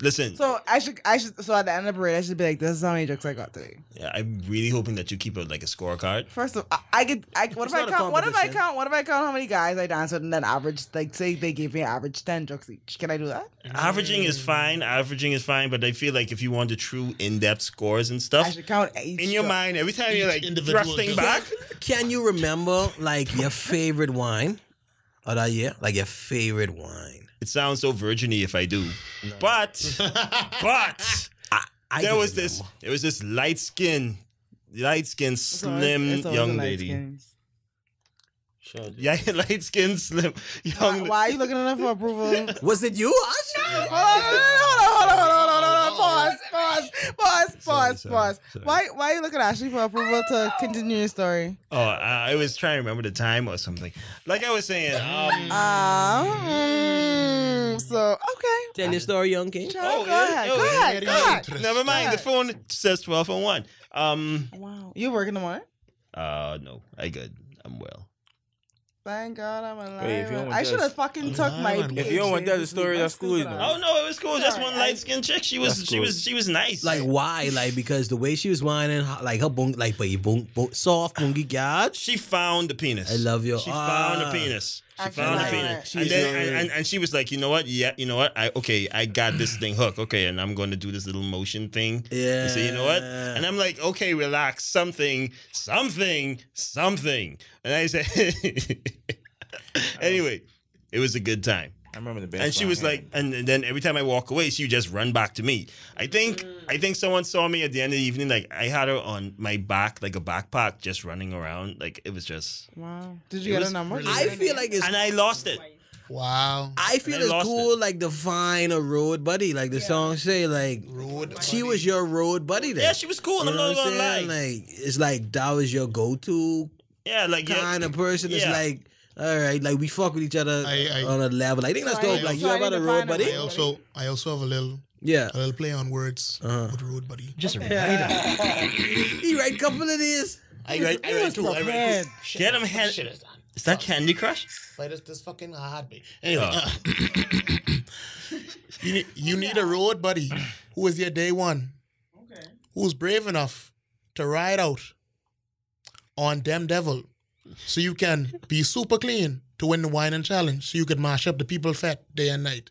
Listen,
So I should, I should. So at the end of the parade, I should be like, "This is how many jokes I got today."
yeah, I'm really hoping that you keep a, like a scorecard.
First of, I, I get. I, what
It's
if I
not a
count? What if I
competition.
count? What if I count how many guys I danced with, and then average, like, say they gave me an average ten jokes each? Can I do that?
Averaging is fine. Averaging is fine, but I feel like if you want the true in-depth scores and
I
stuff,
should count each.
in your
joke.
mind, every time you're like
individual
thrusting
joke.
back,
Can you remember like your favorite wine of that year? Like your favorite wine.
it sounds so virginy if I do. But, but
I
there
can
was this,
remember.
there was this light skin, light skin,
It's always-
slim
it's always
young
light
lady.
skins.
Yeah, <laughs> light skin, slim
Why,
young.
why are you looking at her for approval?
Was it you? Ash?
Hold on, hold on, hold on, hold on, hold on, hold on, hold on, pause, pause, pause,
Sorry,
pause,
sorry,
pause.
sorry.
Why, why are you looking at Ashley for approval to continue your story?
Oh, I I was trying to remember the time or something. Like I was saying, um,
Um, mm, so okay.
Tell your story, young king.
Child,
Oh,
go
yeah,
ahead,
oh,
go
yeah,
ahead, go ahead.
never mind. The phone says twelve and one. Um,
Wow, you working tomorrow?
uh, no, I good. I'm well.
Thank God I'm alive.
Wait, if you don't want
I
this-
should have fucking took my.
If
PhD
you don't want that, the
this
story,
week.
that's
I'm
cool,
stupid,
man.
I'm-
Oh no, it was cool. Just one light skinned chick. She was,
That's
she
cool.
was, she was nice.
Like why? Like because the way she was whining, ho- like her bung, like but you bung, bung soft bungy god.
she found the penis.
I love you.
She found
Ah.
the penis. She
I feel
found the
like
penis.
that.
And, then,
She's
and, and, and she was like, you know what? Yeah, you know what? I okay, I got this thing hooked. Okay, and I'm going to do this little motion thing.
Yeah.
You say, you know what? And I'm like, okay, relax. Something, something, something. And I said, <laughs> anyway, it was a good time.
I remember the best.
And she was like, and and then every time I walk away, she would just run back to me. I think I think someone saw me at the end of the evening. Like I had her on my back, like a backpack, just running around. Like it was just,
Wow. Did
It
you get
was
a number?
really-
I feel like it's.
and I lost it.
Wow.
I feel
I
it's
lost
cool,
it.
like to find a road buddy, like the song say, like
Road
she
buddy.
was your road buddy. Then.
Yeah, she was cool.
You
I'm
know
not
what I'm
gonna lie.
saying? Like it's like that was your go-to
yeah, like yeah,
kind of person. It's
yeah.
like all right, like we fuck with each other
I- I-
on a level. I think that's
So I
dope.
need-
Like
so
you
I
ever had
need
a
to
road
find a
buddy?
I also I also have a little
Yeah,
a little play on words
Uh-huh.
with road buddy.
Just a writer.
he write couple of these.
I write, I write too. I write too.
Get him hand-
Shit is done.
Is that Candy Crush?
Why does this fucking heartbeat? Anyway,
Oh.
uh, you, need, you need a road buddy who is your day one, who's brave enough to ride out on Dem Devil so you can be super clean to win the wine and challenge so you can mash up the people fat day and night.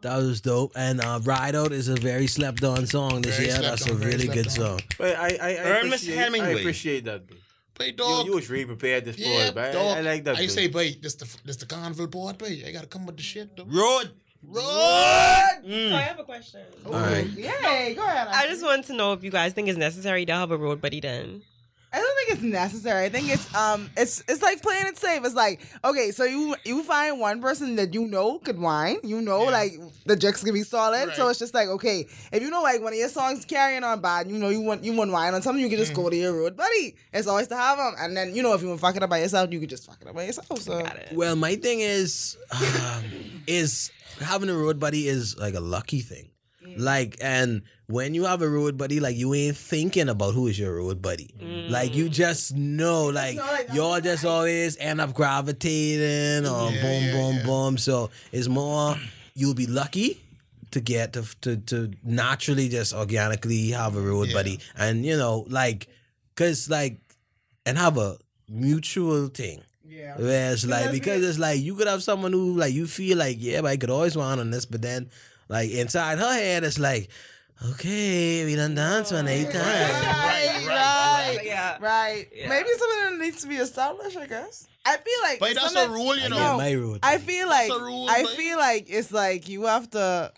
That was dope. And uh, Ride Out is a very slept on song this
Very
year.
slept
That's a
on, very
really good
slept on.
song.
but I, I, I
Ernest
appreciate, I
Hemingway.
appreciate that. Bro.
Play
You,
dog.
you was really prepared this
yeah,
for it, but
dog.
I, I like that.
I
bro.
say, boy, this the this the carnival board, boy. I gotta come with the shit. Though.
Road.
Road.
So I
Mm.
have a question.
All right.
Yay, go ahead.
I
Ashley.
just want to know if you guys think it's necessary to have a road buddy then.
I don't think it's necessary. I think it's um, it's it's like playing it safe. It's like okay, so you you find one person that you know could whine. You know, like the jokes can be solid. So
Right.
it's just like okay, if you know like one of your songs carrying on bad, you know you want you want whine on something, you can
Mm.
just go to your road buddy. It's always to have them, and then you know if you want to fuck it up by yourself, you can just fuck it up by yourself. So
Got it.
Well, my thing is, um, is having a road buddy is like a lucky thing. Like, and when you have a road buddy, like you ain't thinking about who is your road buddy. Like you just know, like
Mm. not like that.
y'all just always end up gravitating or
Yeah,
boom,
yeah,
boom,
yeah.
boom. So it's more you'll be lucky to get to to, to naturally just organically have a road
Yeah.
buddy, and you know, like, cause like, and have a mutual thing.
yeah.
Where it's like
that's
because it's like you could have someone who like you feel like yeah, but I could always want on this, but then like inside her head it's like, okay, we done dance one eight times.
Oh, Right,
right.
Yeah.
Right.
Yeah.
Maybe something that needs to be established, I guess. I feel like
But that's a
sometimes-
rule,
I
you
get
know.
my road.
I feel like
a rule,
I
but-
feel like it's like you have to.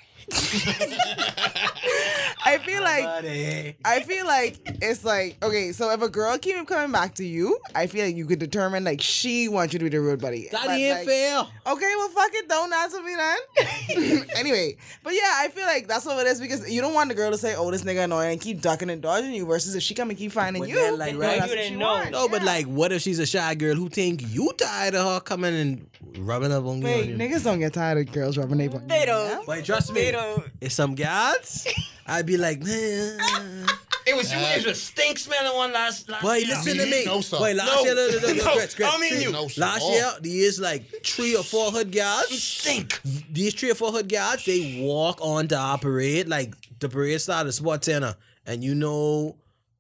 I feel like
Buddy.
I feel like it's like okay. So if a girl keep coming back to you, I feel like you could determine like she wants you to be the road buddy.
That
But,
ain't
like,
fair.
Okay, well, fuck it. Don't answer me then. <laughs> anyway, but yeah, I feel like that's what it is because you don't want the girl to say, "Oh, this nigga annoying," and keep ducking and dodging you. Versus if she come and keep finding
But
you,
then, like,
you
right-
that's what
You didn't
she
know.
wants.
No, but
Yeah.
like, what if she's a shy girl who think you tired of her coming and rubbing up on you?
wait,
on you?
niggas don't get tired of girls rubbing their butt.
They don't.
But trust me,
They
uh,
don't.
if some guys, <laughs> I'd be like, man.
It was you. It was a stink smelling one last last
Boy,
year.
listen to
Me,
me.
no, sir.
Boy, last
No.
year, no, no, no, no,
<laughs> No,
Chris, Chris,
I mean
Chris.
you.
No, sir.
last
Oh.
year, there's like three or four hood guys.
Stink.
These three or four hood guys, they walk on to our parade, like the parade started at Sports Center, and you know,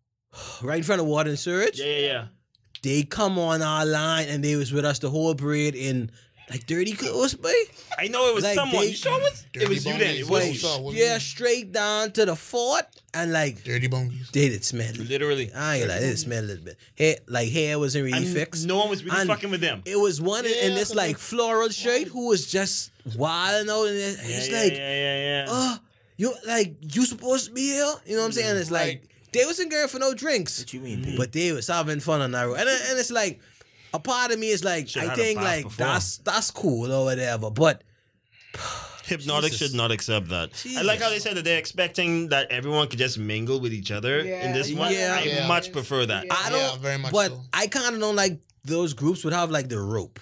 <sighs> right in front of Water and Surge,
Yeah, yeah, yeah.
they come on our line and they was with us the whole parade in like 30 clothes, boy.
I know it was
Like,
someone.
they-
you sure it was? It
Dirty
was you then.
Bonnie's
It
way.
was
Ah,
Sir,
you.
what do you
Yeah,
mean?
straight down to the fort and like
Dirty bongies.
they did smell it.
Literally.
I ain't like it smelled a little bit. Hair like hair wasn't really
And
fixed.
No one was really
And
fucking with them.
It was one in- in
Yeah,
this like floral shirt who was just wild out, and it- it's
yeah,
like,
yeah, yeah, yeah.
oh, you like you supposed to be here? You know what I'm saying? It's like they wasn't going for no drinks,
What you mean, babe?
but they was having fun on that road, and, and it's like a part of me is like,
Should
I
have
think
had a
like
bath before.
that's that's cool or whatever, but
Hypnotic
Jesus.
should not accept that. I like how they said that they're expecting that everyone could just mingle with each other in this
Yeah.
one.
Yeah.
I
Yeah.
much prefer that.
Yeah.
I don't.
Yeah, very much
but
so.
I kind of don't like those groups would have like the rope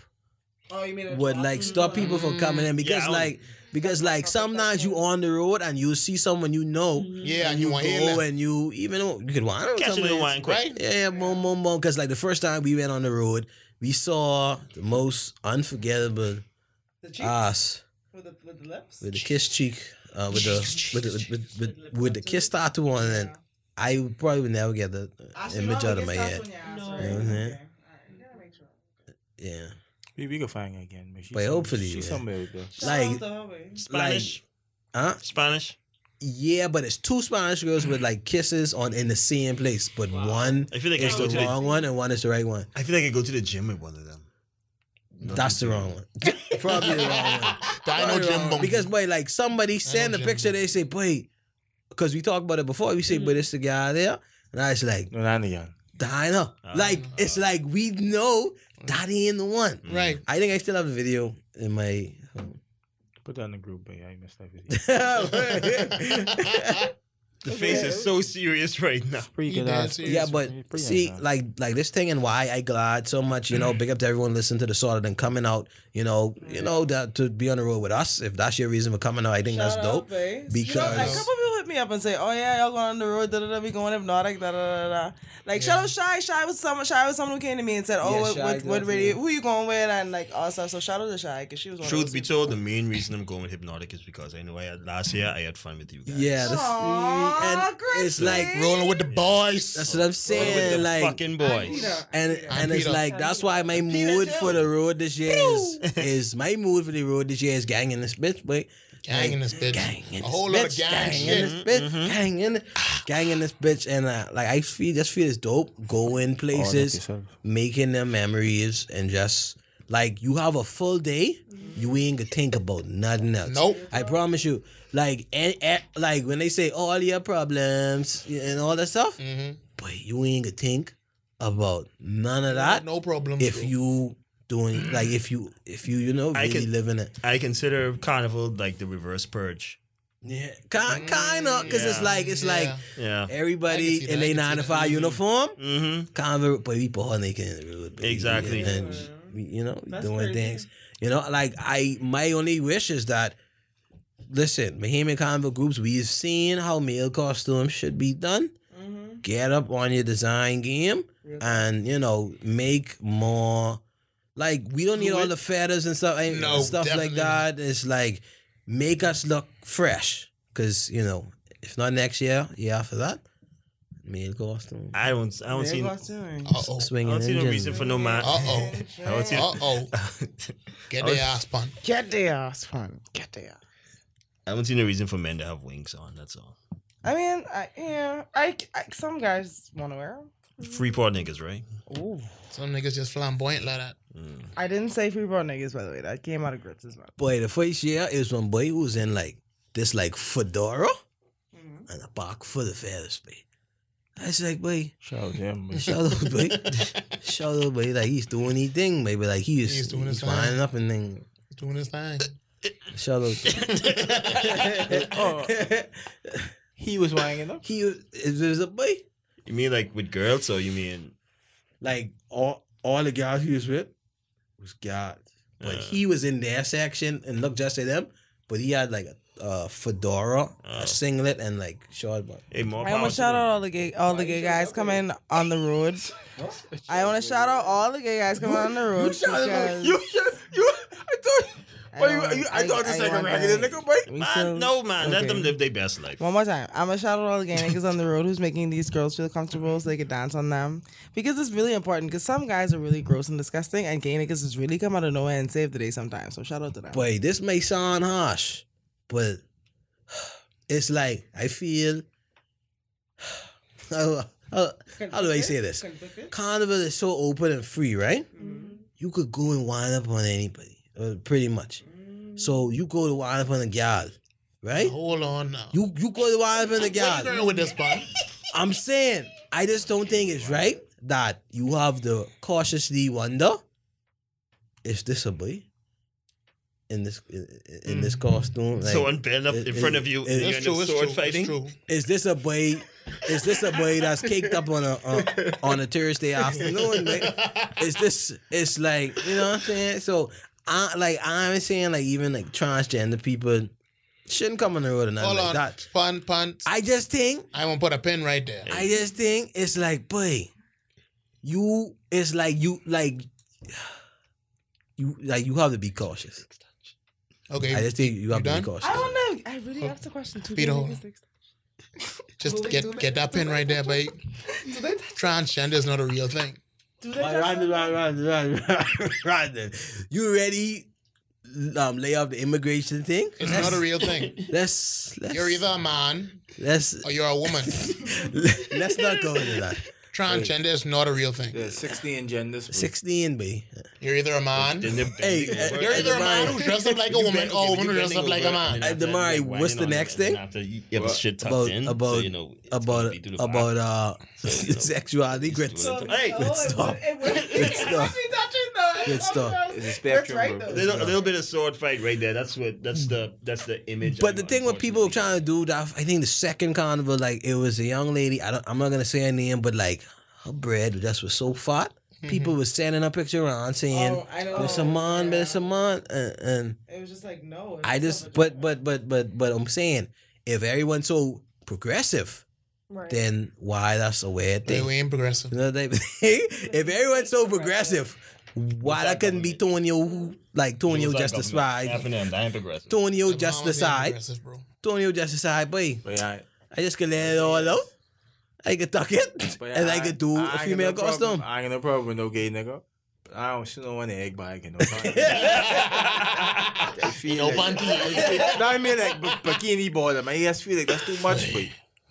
Oh, you mean it-
would like stop people from coming in because
I don't-
like because like sometimes you on the road and you see someone you know.
Yeah, and you want
go
healing.
and you even though you could want
Catch it in the wine quick.
Right?
Yeah, boom, boom, boom. Because like the first time we went on the road, we saw the most unforgettable
The cheeks
ass
with, the, with the lips?
with the kiss cheek, uh, with the with the, with, with, with, with the kiss tattoo on it. I would probably would never get the image out of my head.
No.
Mhm.
sure.
Yeah,
We, we can find her again. But, she's
But
some-
hopefully,
She's
yeah.
somewhere out there.
Shout
Like-
out to her, babe.
Spanish.
huh?
Spanish.
Yeah, but it's two Spanish girls with like kisses on in the same place, but one
I feel like I
is
go
the
to the,
wrong one and one is the right one.
I feel like I go to the gym with one of them.
That's the wrong one. <laughs> Probably the wrong one.
Dino
Probably the
Jim
wrong one.
Bone.
Because boy, like somebody send a
Jim
picture,
Bone.
they say, boy, because we talked about it before. We say,
Mm.
but it's the guy there, and I was like,
No, not again.
Dino. like it's like we know that ain't the one. <laughs>
Right.
I think I still have a video in my. <laughs> phone.
Put that in the group, but yeah, I missed that video.
The face is so serious right now.
It's pretty
You
good
dead
ass.
serious?
Yeah,
It's
but
pretty- pretty
see,
nice ass.
like like this thing and why I glad so much, you know, big up to everyone listening to the sort and coming out, you know, you know, that to be on the road with us, if that's your reason for coming out, I think that's
Shout
dope.
out, babe.
because-
like, a couple people hit me up and say, "Oh yeah, y'all going on the road? Da da da. We going hypnotic? Da da da da." Like shout out shy. Shy was someone. Shy was someone who came to me and said, "Oh,
Yeah,
what,
Shy
what, what
exactly.
radio? Who you going with?" And like all stuff. So shout out to shy because she was. One of
Truth
those
be
people.
told, the main reason I'm going with hypnotic is because I know I had last year I had fun with you guys.
Yeah, that's,
Aw,
and it's
Chrissy.
like
Rolling with the boys.
that's what I'm
with
saying,
the
like,
fucking
You
boys.
know,
and and it's
Peter.
like that's why my mood for the road this year is, is my mood for the road this year is gang in this bitch, boy.
Gang in this bitch.
Gang in
A
this
whole
bitch,
lot of
in
gang shit. Mm-hmm.
this bitch, gang in, gang in this bitch, and uh, like I feel, just feel it's dope going places. making their memories and just like you have a full day, you ain't gonna think about nothing else.
Nope.
I promise you. Like and, and- like when they say all your problems and all that stuff,
Mhm.
but you ain't gonna think about none of that
No problem.
if you doing like if you if you you know
I
really
can-
living it.
I consider carnival like the reverse purge.
Yeah,
Mm.
kind kind of because it's
Yeah.
like it's like
Yeah.
Eh,
Yeah.
I can see
everybody
that,
in
I
their
can see
nine to
that.
five
Mhm.
uniform.
Mm-hmm.
convert but we born naked in the road, baby.
Exactly.
And, we- you know, we
Mm-hmm. That's
doing
crazy.
things. You know, like I my only wish is that listen, Bahamian convo groups, we've seen how male costumes should be done.
Mhm.
Get up on your design game and you know, make more like we don't need all the feathers and stuff and
No,
stuff like
definitely
that. It's like make us look fresh. Cause, you know, if not next year, yeah, after that. Male costume.
I don't. I don't
There
see.
go
I
Siri.
Uh oh.
Swinging
don't see no
engine.
reason for no man.
Uh oh.
<laughs> I don't see.
Uh oh. Get
Oh,
I was-
their ass pumped.
Get their ass, fun. Get their ass.
<laughs> I don't see no reason for men to have wings on. That's all.
I mean, I, yeah, I, I some guys want to wear 'em.
Mm.
Freeport niggas, right?
Some niggas just flamboyant like that.
Mm.
I didn't say free bro niggas, by the way. That came out of Gritz's mouth.
Boy, the first year is when boy who was in like this like fedora
Mm-hmm.
Mhm.
and a bark full of feathers, boy. I was like, boy, <laughs>
Shout out to him. man.
shout out, boy, <laughs> shout out, boy. Like he's doing his thing, maybe like he is
He's doing
he's
his
lining
thing.
up and then
<laughs> Doing
<laughs>
his thing.
shout out.
<laughs>
Oh. He was wanging
<laughs>
up.
he was, it was a boy.
You mean like with girls, or you mean?
Like all all the guys he was with was guys, but
Uh.
he was in their section and looked just at them. But he had like a, a fedora,
Oh.
a singlet, and like short but
Hey, more
I
power
want
to
to shout
them.
out all the gay all the gay guys coming on the road. <laughs> I want to shout out all the gay guys coming on the road. because
You, you, you, I thought,
I
Why you,
don't-
you, I, thought this like a
want
raggedy
that.
nigga, boy.
We still-
Man, no man, let them
Okay.
live their best life.
One more time. I'm gonna shout out all the gay niggas on the road who's making these girls feel comfortable so they can dance on them. Because it's really important because some guys are really gross and disgusting and gay niggas has really come out of nowhere and saved the day sometimes. So shout out to them.
Boy, this may sound harsh, but it's like I feel. How, how, how do I say this? Carnival is so open and free, right? You could go and wind up on anybody, uh, pretty much. So you go to wind up on a gal, right?
Hold on now.
You you go to wind up on a
Where you
gal.
going with
<laughs>
this pun?
I'm saying I just don't think it's right that you have the cautiously wonder, is this a boy? in this in, in
Mm.
this costume. Like,
Someone bent up
it-
in
it-
front of you.
it-
and you're in a sword fighting.
is this a boy? Is this a boy that's caked up on a on, on a Thursday afternoon? Like, is this? It's like you know what I'm saying. So I like I'm saying like even like transgender people shouldn't come on the road and nothing
Hold
like
on.
that.
Pun, pun.
I just think
I'm gonna put a pin right there.
I just think it's like boy, you it's like you like you like you have to be cautious. I
Okay,
just think you
You
have to
done?
be cautious.
I don't know. I really asked the question too.
Peter,
Give me
hold
this
on.
next-
just get get that pin right there, babe.
<laughs>
Do they touch?
Transgender is not a real thing.
Do they
Right,
touch?
right, right, right, right, right, right then. You ready? Um, lay off the immigration thing.
It's not a
<laughs>
real thing.
Let's let's
You're either a man
let's
or you're a woman.
let's not go into that.
Transgender is not a real thing.
There's 16 genders. bro.
Sixteen B.
You're either a man.
Then they're
Hey,
bending
uh,
over.
You're
hey,
either a man who dresses up like a woman
oh,
or a woman who dresses up like a man.
Hey, Damari, what's the next thing?
After you you have
What?
shit tucked
About-
in, so
about-
you know it's gonna
About
be through the
about uh
So, you
<laughs>
know,
sexuality grits.
So- Hey,
Oh,
good
<laughs> it
stuff.
would- it would-
Good
it
stuff.
would be touching, though. It
Good
would
stuff.
touch.
It's a
That's
spectrum,
right,
bro.
though.
Little, a little bit of sword fight right there. That's what. That's the. That's the image.
But the thing with people trying to do that, I think the second carnival, like it was a young lady. I don't, I'm not gonna say her name, but like her bread just was so fat. People were sending her picture around saying,
Mm-hmm. Oh, I know.
"There's a man,
Yeah.
there's a man," and, and
It was just like no. it
I
was
just,
not
but,
legitimate.
but, but, but, but I'm saying, if everyone's so progressive,
Right.
then why that's a weird
They
thing?
we ain't progressive.
You know, they, <laughs> if everyone's so progressive, why
What's
that
that
couldn't be Tonio, like Tonio just aside,
I ain't progressive.
Tonio
The
just
mama is
aside,
progressive, bro.
Tonio just aside, boy.
But yeah,
I just can let it all out. I can tuck it,
but yeah,
<laughs> and I, can do
I
a
ain't got
female
no problem.
costume.
I ain't got no problem with no gay nigga. I don't she don't want an egg
<laughs>
bag and no I feel
No
like,
panty.
no, I mean like b- bikini border, man. You just feel like that's too much, but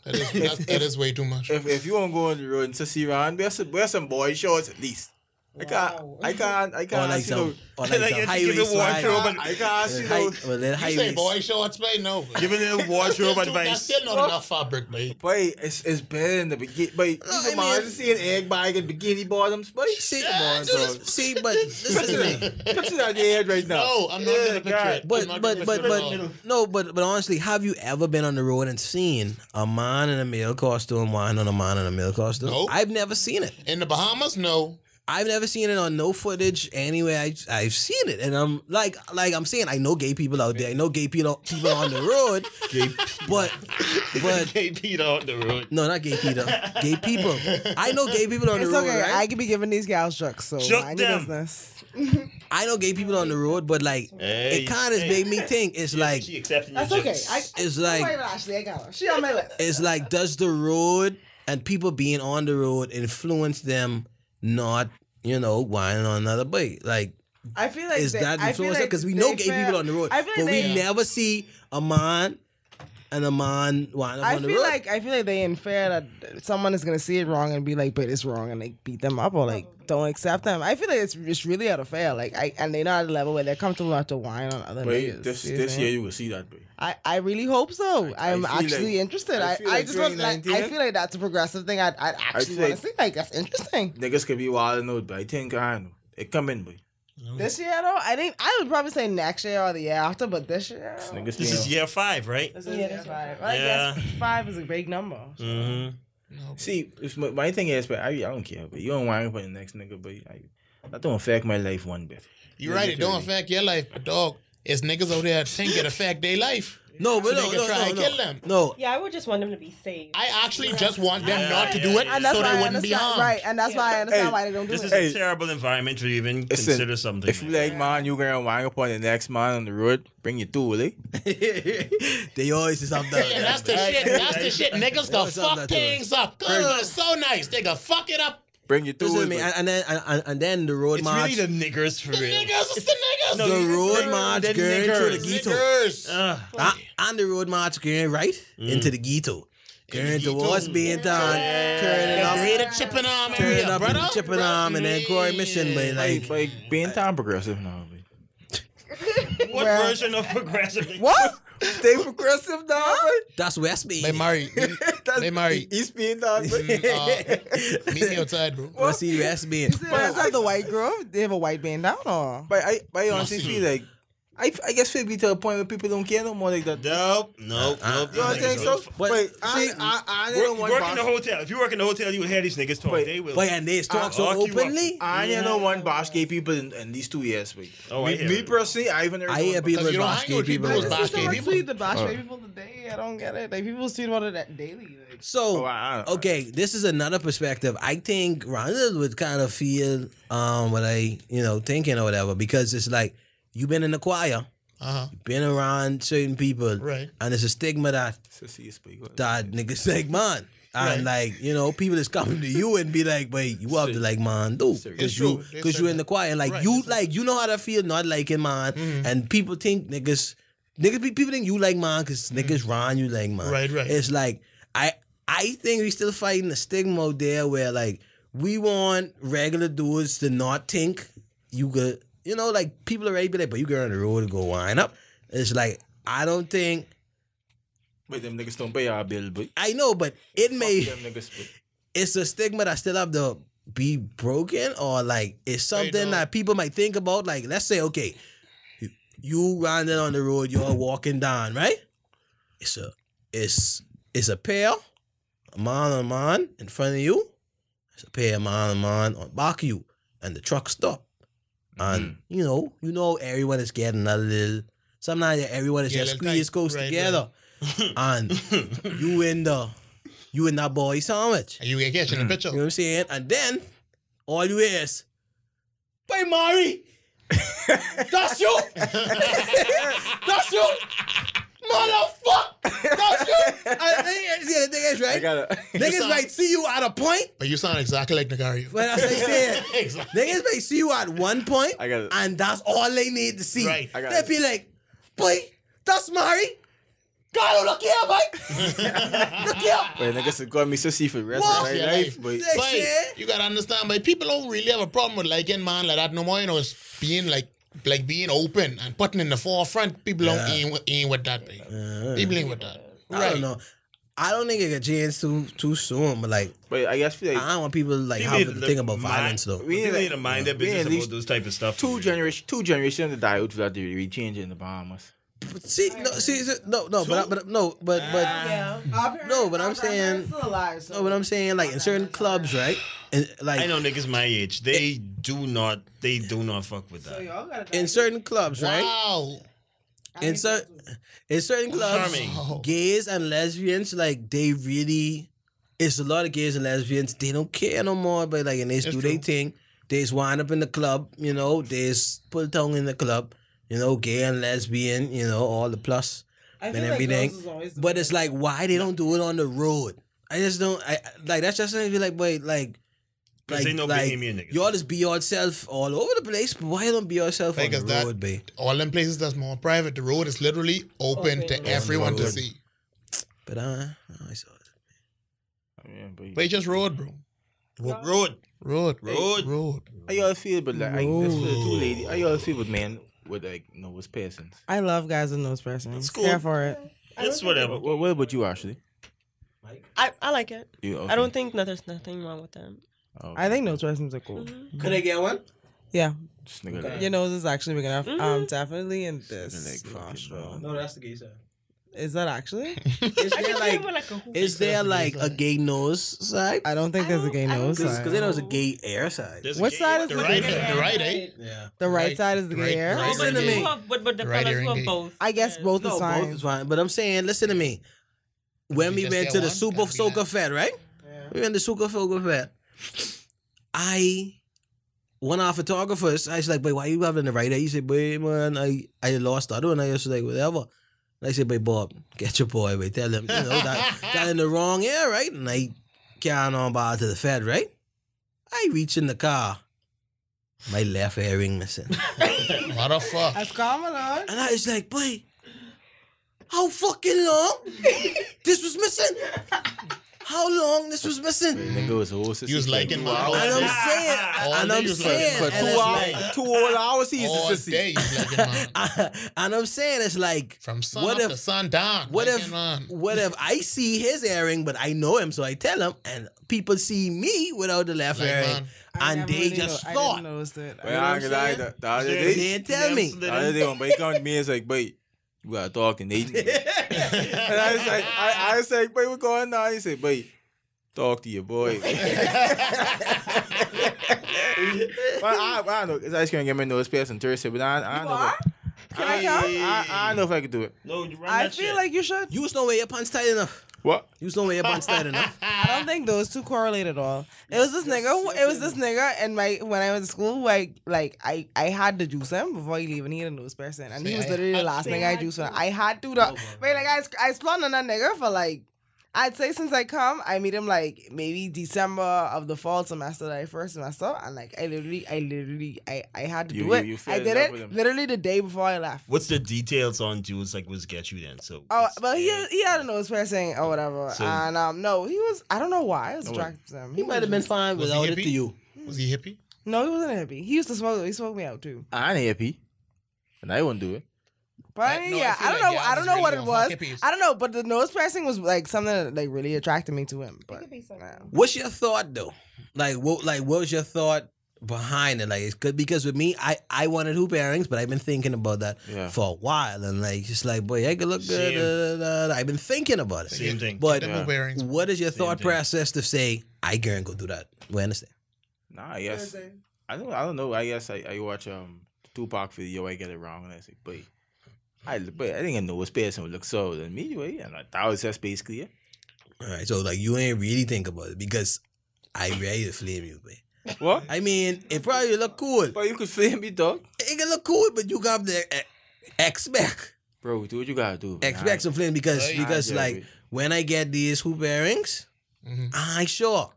That is, that, that is way too much.
if if you won't go on the road and sissy round, wear some wear some boy shorts at least. I can't
Wow.
I can't I
Or
can't
like
see no
some, or like
<laughs> Like,
some
if
high
you give it
waist
one
slide.
throw,
I I can't see
High,
no
well, then high
You say
waist.
boy shorts, play no. bro.
<laughs>
Giving them wardrobe
That's still- That's
advice. <laughs>
still not enough fabric, babe.
but it's it's better in the beginning but you
I
can imagine
mean-
seeing egg bag and bikini bottoms, but
See,
on,
this-
dog.
see, but this is the thing.
Touching on the head right now.
No, I'm not gonna picture it.
But
I'm not
but
gonna
but
picture it at
but
all.
no, but but honestly, have you ever been on the road and seen a man in a male costume, wine on a man in a male costume?
Nope.
I've never seen it.
in the Bahamas, no.
I've never seen it on no footage anywhere. I, I've seen it, and I'm like, like I'm saying, I know gay people out there. I know gay people people on the road,
Gay,
but but
<laughs> gay Pete out the road.
No, not gay people. gay people. I know gay people on the
It's
road.
okay. I
right?
could be giving these gals jokes, so
Joke
mind
them.
your business.
I, know gay people on the road, but like
Hey,
it kind of
hey.
made me think. It's like
she accepting your
That's okay.
jokes.
I,
it's
I,
like
Ashley, I got her. She on my <laughs> list.
it's like does the road and people being on the road influence them not you know whining on another bike like
I feel like
is
they-
that
I feel
influence
like
because we
they
know gay
fail-
people on the road,
I feel
but
like
we
they-
never see a man and a man whining
I
on the
feel
road.
like I feel like they infer that someone is gonna see it wrong and be like, "But it's wrong," and like beat them up or like don't accept them. I feel like it's it's really out of fair. Like I and they're not at a level where they're comfortable enough to whine on other
Boy,
niggas.
this
you
this
know?
year you will see that, boy.
I, I really hope so.
I
I, am
feel like-
actually interested.
I
I,
feel
I
like
just want like I
2019
feel like that's a progressive thing. I'd, I'd actually
feel
want
like-
to see. Like that's interesting.
Niggas could be wilding out, but I think I don't know. It come in, boy.
This year though, I think I would probably say next year or the year after, but this year.
Niggas
This is
be
year five, right?
This is year five. I
Yeah.
guess five is a big number.
Mm-hmm.
See, it's my, my thing is, but I, I don't care, but you don't want for the next nigga, but I, that don't affect my life one bit.
You're right. It don't affect your life, but dog, it's niggas out there think it affect their life.
<laughs> no, but
So
no,
they can
no,
try
no,
and
no,
kill them.
no.
Yeah, I would just want them to be safe.
I actually just want them
Yeah,
not to
yeah,
do it,
yeah,
And that's
so
why
they
I
wouldn't
understand,
be harmed.
right? And that's why I understand
Hey,
why they don't do
This is
it.
Hey.
a terrible environment to even
Listen,
consider something.
If you like man, you gonna wang upon the next man on the road, bring your tool, eh?
<laughs> they always is something.
Yeah, that's the shit. That's the shit. Niggas can
What's up,
fuck
that dude?
things up. God, it's so nice. They can fuck it up.
Bring your tool.
Listen to me, and, and then and- and, and then the road
it's
march.
really the niggers for real.
Niggas, it's the niggas.
No,
the
you-
road march
the
going to the
niggers.
ghetto.
Niggers.
Ah,
Ah, On the road march going right into the ghetto. Going
ghetto.
towards Baytown, turning
They
up,
breed a chipping arm
turning
area,
up
brother.
into Chipping Arm and then Corey Mission. But
like,
like,
like being time progressive now, boy.
what version of progressive?
What?
<laughs> Stay progressive now, boy.
that's West Bay.
They married.
<laughs>
That's
They married.
<laughs> East being down, <laughs> boy.
Mm, uh, Meet me outside, bro.
Let's see West Bay.
Is that the white girl? They have a white band down or?
But I, but I honestly
Must
feel like I, I guess fit be to a point where people don't care no more like that.
Nope, nope, nope.
Uh-uh. You don't
these
think
niggas
so?
don't f-
But Wait, I,
see,
I, I,
Work,
didn't
you
want
work in the
boss.
hotel. If you work in the hotel, you would hear these niggas talk.
But-
they will.
Boy, and they talk so
Argue up.
openly.
I didn't know one boss gay people in, in these two years. Wait.
Oh, I
me,
hear
me
it.
personally, I even
I hear people
Because
with
you don't
boss
hang with
people.
people with
This
boss
is so much
people.
tweet the Bosch people today. I don't get it. Like people tweet about it at daily. Like,
So
Oh, I- I-
okay, this is another perspective. I think Ronald would kind of feel um what I you know thinking or whatever because it's like you've been in the choir,
Uh huh.
been around certain people,
Right.
and it's a stigma that that niggas like man. And like you know, people is coming to you and be like, "Wait, you have to like man, do
It's
because
true.
you
They
because
said
you in the
that.
choir, like
Right, Mm-hmm.
you
they said
like you know how that feel, not liking man, and people think niggas, niggas be- people think you like man because niggas Ron you like man,
Mm-hmm. Right, right.
It's like I I think we still fighting the stigma out there where like we want regular dudes to not think you could, you know, like people already be like, but you get on the road to go wind up. It's like I don't think
But them niggas don't pay our bill, but
I know, but it may.
them niggas. But. <laughs>
it's a stigma that still have to be broken or like it's something
don't.
that people might think about like let's say okay you- you riding on the road you're walking down right it's a it's it's a pair a man and a man in front of you it's a pair man and man on back of you and the truck stop and
Mm.
you know you know everyone is getting a little sometimes everyone is
Yeah,
just
little
squeezed
tight.
close
Right,
together
<laughs>
and you in the you in that boy sandwich
And you get catching the
Mm. you know
picture.
what I'm saying? And then all you hear is, Hey
<laughs>
Mari! That's you! That's you! Motherfucker! That's you! And they- see, the thing is, right?
<laughs> gotta.
Niggas
sound-
might see you at a point,
But you sound exactly like Nagario.
but as I
<laughs>
said,
<laughs> Exactly.
niggas might see you at one point,
I got it.
and that's all they need to see.
Right.
I got
They'd
it.
be like, Boy, that's Mari! God, oh, look here, boy!
<laughs>
look here!
But niggas have got me sissy for the rest
What?
of my
Yeah,
life.
like-
But
They
But
said-
you gotta understand, but people don't really have a problem with liking man like that no more. You know, it's being like like being open and putting in the forefront. People don't ain't, with- ain't with that. babe. People ain't with that.
I don't know. I don't think it got changed too too soon, but like
but I guess feel like
I don't want people like
People
how
need to
to think
look
about
my-
violence though.
we
People
need to-
need to mind their
we need at
business
least
about those type of stuff.
two generation, two generations to die out for that to change in the Bahamas.
But see, no, see, see- no, no, but I- but no, but but
Ah.
yeah. Our parents-
No, but I'm
our grandparents
saying-
still alive. So
no, but I'm saying like in certain clubs, right? And
I know
like
niggas my age. They do not. They do not fuck with
So
that.
y'all gotta
in certain clubs, right?
Wow.
In certain in certain clubs,
Charming.
gays and lesbians like they really. It's a lot of gays and lesbians. They don't care no more, but like and they just
That's
do their
true.
thing. They just wind up in the club, you know. They just put tongue in the club, you know. Gay and lesbian, you know, all the plus.
I
and
feel like
everything.
girls is always the
But
one.
it's like why they don't do it on the road. I just don't. I I- like that's just something to be like, wait, like,
Because they know Bohemian niggas.
y'all just be yourself all over the place. But why you don't be yourself
Like,
on
is
the
that-
road, babe?
All them places that's more private. The road is literally open
Open.
to everyone to
road.
see.
But uh, I saw it.
Yeah,
But
but
it's just road, bro.
Road.
Road.
Road.
Road.
I all feel, but like I, that's for the two lady. I all feel with men with like no was persons.
I love guys with nose piercings.
It's
Care
cool.
for it.
It's whatever.
What, what about you, Ashley?
I, I like it.
You,
I don't think that there's nothing wrong with them.
Oh,
I think nose piercings are cool.
Mm-hmm.
Could I get one?
Yeah,
this nigga like-
your nose is actually big enough. Um, definitely in this
Like, fucking
nostril.
No, that's the gay side.
Is that actually?
<laughs> Is
I
there
can see more
like,
like a hoop.
is there like a gay nose side?
I don't think there's a gay
I don't-
nose.
I don't-
Because
side.
they know it's a gay air side.
There's a
What
gate.
side is
The
the
right
gate?
hand.
The right, eh?
Yeah.
The right,
Right.
side is
The
the gay
right-
air.
right.
Oh,
Listen
but
to
the
me.
two of- But, but the
Right
colors
here
were
indeed.
both.
I guess
yes.
both
No,
the
both
signs.
is fine. But I'm saying, listen to me. When
You
we
just
went
get
to the
one,
Super
that'd be
Soca
nice.
Fed, right? We went to Super Soca Fed. I, one of our photographers, I was like, "Boy, why you having the right eye?" He said, "Boy, man, I I lost the other one." I was like, "Whatever." And I said, "Boy, Bob, get your boy, boy. Tell him, you know,
<laughs>
that that in the wrong air, right?" And I carrying on by to the Fed, right? I reach in the car, my left earring missing.
Motherfucker.
That's calm alone.
And I was like, boy, how fucking long? this was missing. how long this was missing.
Nigga was a whole sister.
You was liking my whole
And I'm
day.
saying,
All
and
day
I'm
you was
saying,
like,
and
for
it's
two
like-
hours.
Two whole hours he used
All
to see.
day you was liking mine.
<laughs> and I'm saying it's like,
From sun
what
up to
if,
sun down.
what
liking
if,
mine.
what if I see his airing, but I know him, so I tell him, and people see me without the left
Like
airing,
mine.
I
and
never
they
really
just
know- I
thought
didn't notice it.
Well, I ain't gonna lie, the, the other day,
they didn't tell
Yes,
me.
they
the other
didn't.
day when Bay come to me, it's like, Bay, you gotta talk and <laughs> they. and I was like, I, I was like, Bay, what's going on? He said, Bay, talk to your <laughs> boy. but I, I don't know, cause I just can't get me no space on Thursday, but I, I don't know. if-
Can I come?
I, I don't know if I could do it.
No, you run
I
that
feel
shit.
like you should.
You was not wear your pants tight enough.
What?
You was not wear your pants tight <laughs> enough.
I don't think those two correlate at all. It was this nigga. who- It was this nigga, and my when I was in school, like like I I had to juice him before he leave, and he the newest person, and he
Say
was
I
literally the
had
last
to.
nigga I juiced. I had to
Oh,
the wait like I s- I spun on that nigga for like. I'd say since I come, I meet him like maybe December of the fall semester, like first semester, and like I literally, I literally, I, I had to
You-
do
you-
it.
you fell
I
in
did
love with
it
him.
literally the day before I left.
What's the details on Jules? Like, what's get you then? So.
Oh,
it's-
but he he had a nose piercing or whatever,
So-
and um, no, he was I don't know why I was
Oh, wait.
attracted to him.
He might have been fine
Was he
without it to
hippie?
you.
Was he hippie?
No, he wasn't a hippie. He used to smoke. though. He smoked me out too.
I ain't happy, and I won't do it.
But I
Like,
mean,
no, I
yeah,
feel
I, don't
like
know.
y'all
I don't
was
know
really
what it
gonna fuck
was.
hippies.
I don't know. But the nose piercing was like something that like really attracted me to him. But yeah.
What's your thought though? Like what? Like what was your thought behind it? Like it's good because with me, I I wanted hoop earrings, but I've been thinking about that
Yeah.
for a while, and like just like boy, I could look good.
Same.
da, da, da, da. I've been thinking about it.
Same thing.
But
Them hoop earrings.
what is your thought
thing.
process to say I can't go do that? We understand.
Nah, yes. I don't. I don't know. I guess I, I watch um Tupac video. I get it wrong, and I say, "But I, but I think I know what space and look so than me, way." And I thought that's basically it.
All right, so like you ain't really think about it because I ready to flame you, man.
What?
I mean, it probably look cool.
But you could flame me, dog.
It can look cool, but you got the eh, X back.
Bro, do what you gotta do. man.
X back some flame because
Hey.
because
Nah,
like
Jerry.
when I get these hoop earrings,
Mhm.
I sure.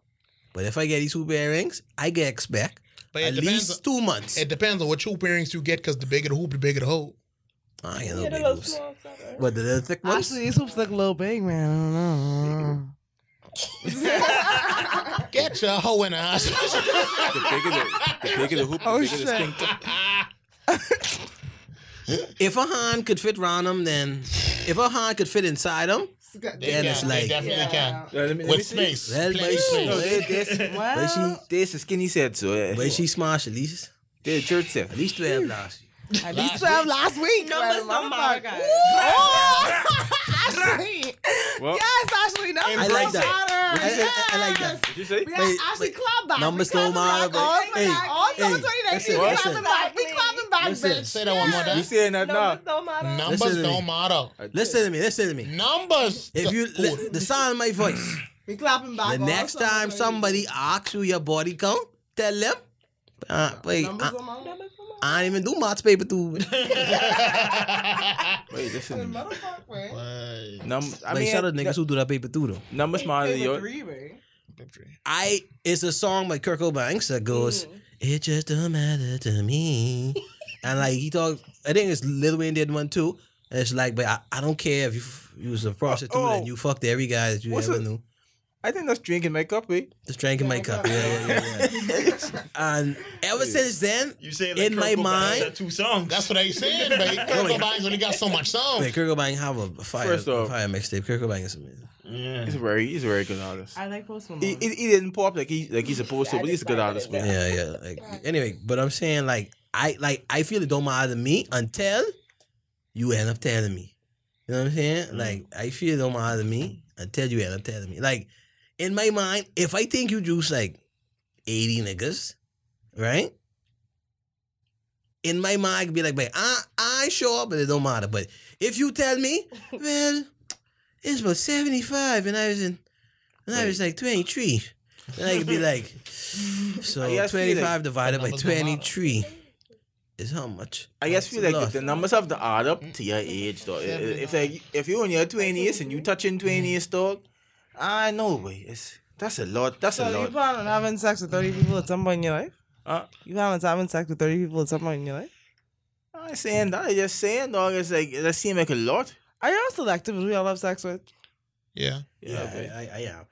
But if I get these hoop earrings, I get X back
But
at
it
least
depends.
two months.
It depends on what hoop earrings you get, because the bigger the hoop, the bigger the hole.
I ain't no big hoops. But the little thick ones.
Actually, these hoops look a little big, man. I don't know.
Get your hoe in
<laughs>
the ass.
the bigger the, the bigger the hoop,
Oh,
the bigger the stink.
if a hand could fit round them, then if a hand could fit inside them,
They
Then
can,
it's
they
like-
definitely can.
Yeah, let me- let me
With
see.
space,
Well, but-
plenty of space.
No, they, <laughs> they,
but she,
Well,
they skinny set, so yeah.
but she smash at least,
they church set.
at least twelve last. year.
I did twelve last week.
Numbers
man,
don't
motherfucker.
matter, guys.
Ooh! Ashley.
What?
Yes, Ashley. Numbers
I like
don't
that.
matter.
I- I- I like that.
Did you say?
Yeah,
Wait,
Ashley
wait.
clap back.
Numbers
We clapping
don't matter,
back
but-
all
Hey,
back, all
hey,
summer 2019.
listen,
We
listen.
clapping back. We clapping back,
Listen.
bitch.
Say that one more
You
time.
saying that now?
Numbers
Listen to me.
don't matter.
Listen to me, listen to me.
Numbers.
If you <laughs> li- the sound of my voice,
We clapping back.
the
all
next
summer
time
2019.
somebody asks you your body count, tell them. Uh, wait,
Numbers
I,
don't matter.
I ain't even do maths paper too.
Wait, listen. to me.
Motherfucker, man.
Wait.
Num- I
Like
mean,
shout out niggas who do that paper too though.
numbers smaller than
Favorite
yours.
three, man.
I it's a song by Kirk Banks that goes, "It just don't matter to <laughs> me," and like he talks. I think it's Lil Wayne did one too. And it's like, but I, I don't care if you f- you was a prostitute
oh.
and you fucked every guy that you
What's
ever
it?
knew.
I think that's drinking my cup, eh?
Just drinking my cup. Yeah, yeah, yeah, <laughs> yeah. and ever since then,
You say like
in
Kurt
my
Cobain
mind-
had two songs.
That's what I said,
<laughs>
baby. Kurt Cobain's only got so much
wait,
songs.
Kirk Cobain have a fire,
First off-
a fire mixtape. Kirk Cobain is amazing.
yeah.
He's a very, he's a very good artist.
I like Post
He,
Malone.
he, he didn't pop like he like he's supposed to, but he's a good artist, man.
Yeah, yeah. Like anyway, but I'm saying like I like I feel it don't matter to me until you end up telling me. You know what I'm saying? Like I feel it don't matter to me until you end up telling me. Like in my mind, if I think you juice like 80 niggas, right? In my mind, I could be like, "But I, I sure, but it don't matter." But if you tell me, well, it's about seventy-five, and I was in, and I was like twenty-three, then I could be like, so
I guess feel like-
twenty-five divided by
Numbers don't matter.
twenty-three is how much?
I
That's
guess feel
a
like
lot.
if the numbers have to add up to your age, dog. i- i- If like if you in your twenties and you touching twenties, dog, I know, boy. It's that's a lot. That's
So
a
you
lot.
plan on having sex with 30 people at some point in your life?
Huh?
You plan on having sex with 30 people at some point in your life?
I ain't saying that. I just saying, dog. It's like that seem like a lot.
Are y'all selective? as We all have sex with.
Yeah.
Yeah, I, I, I am.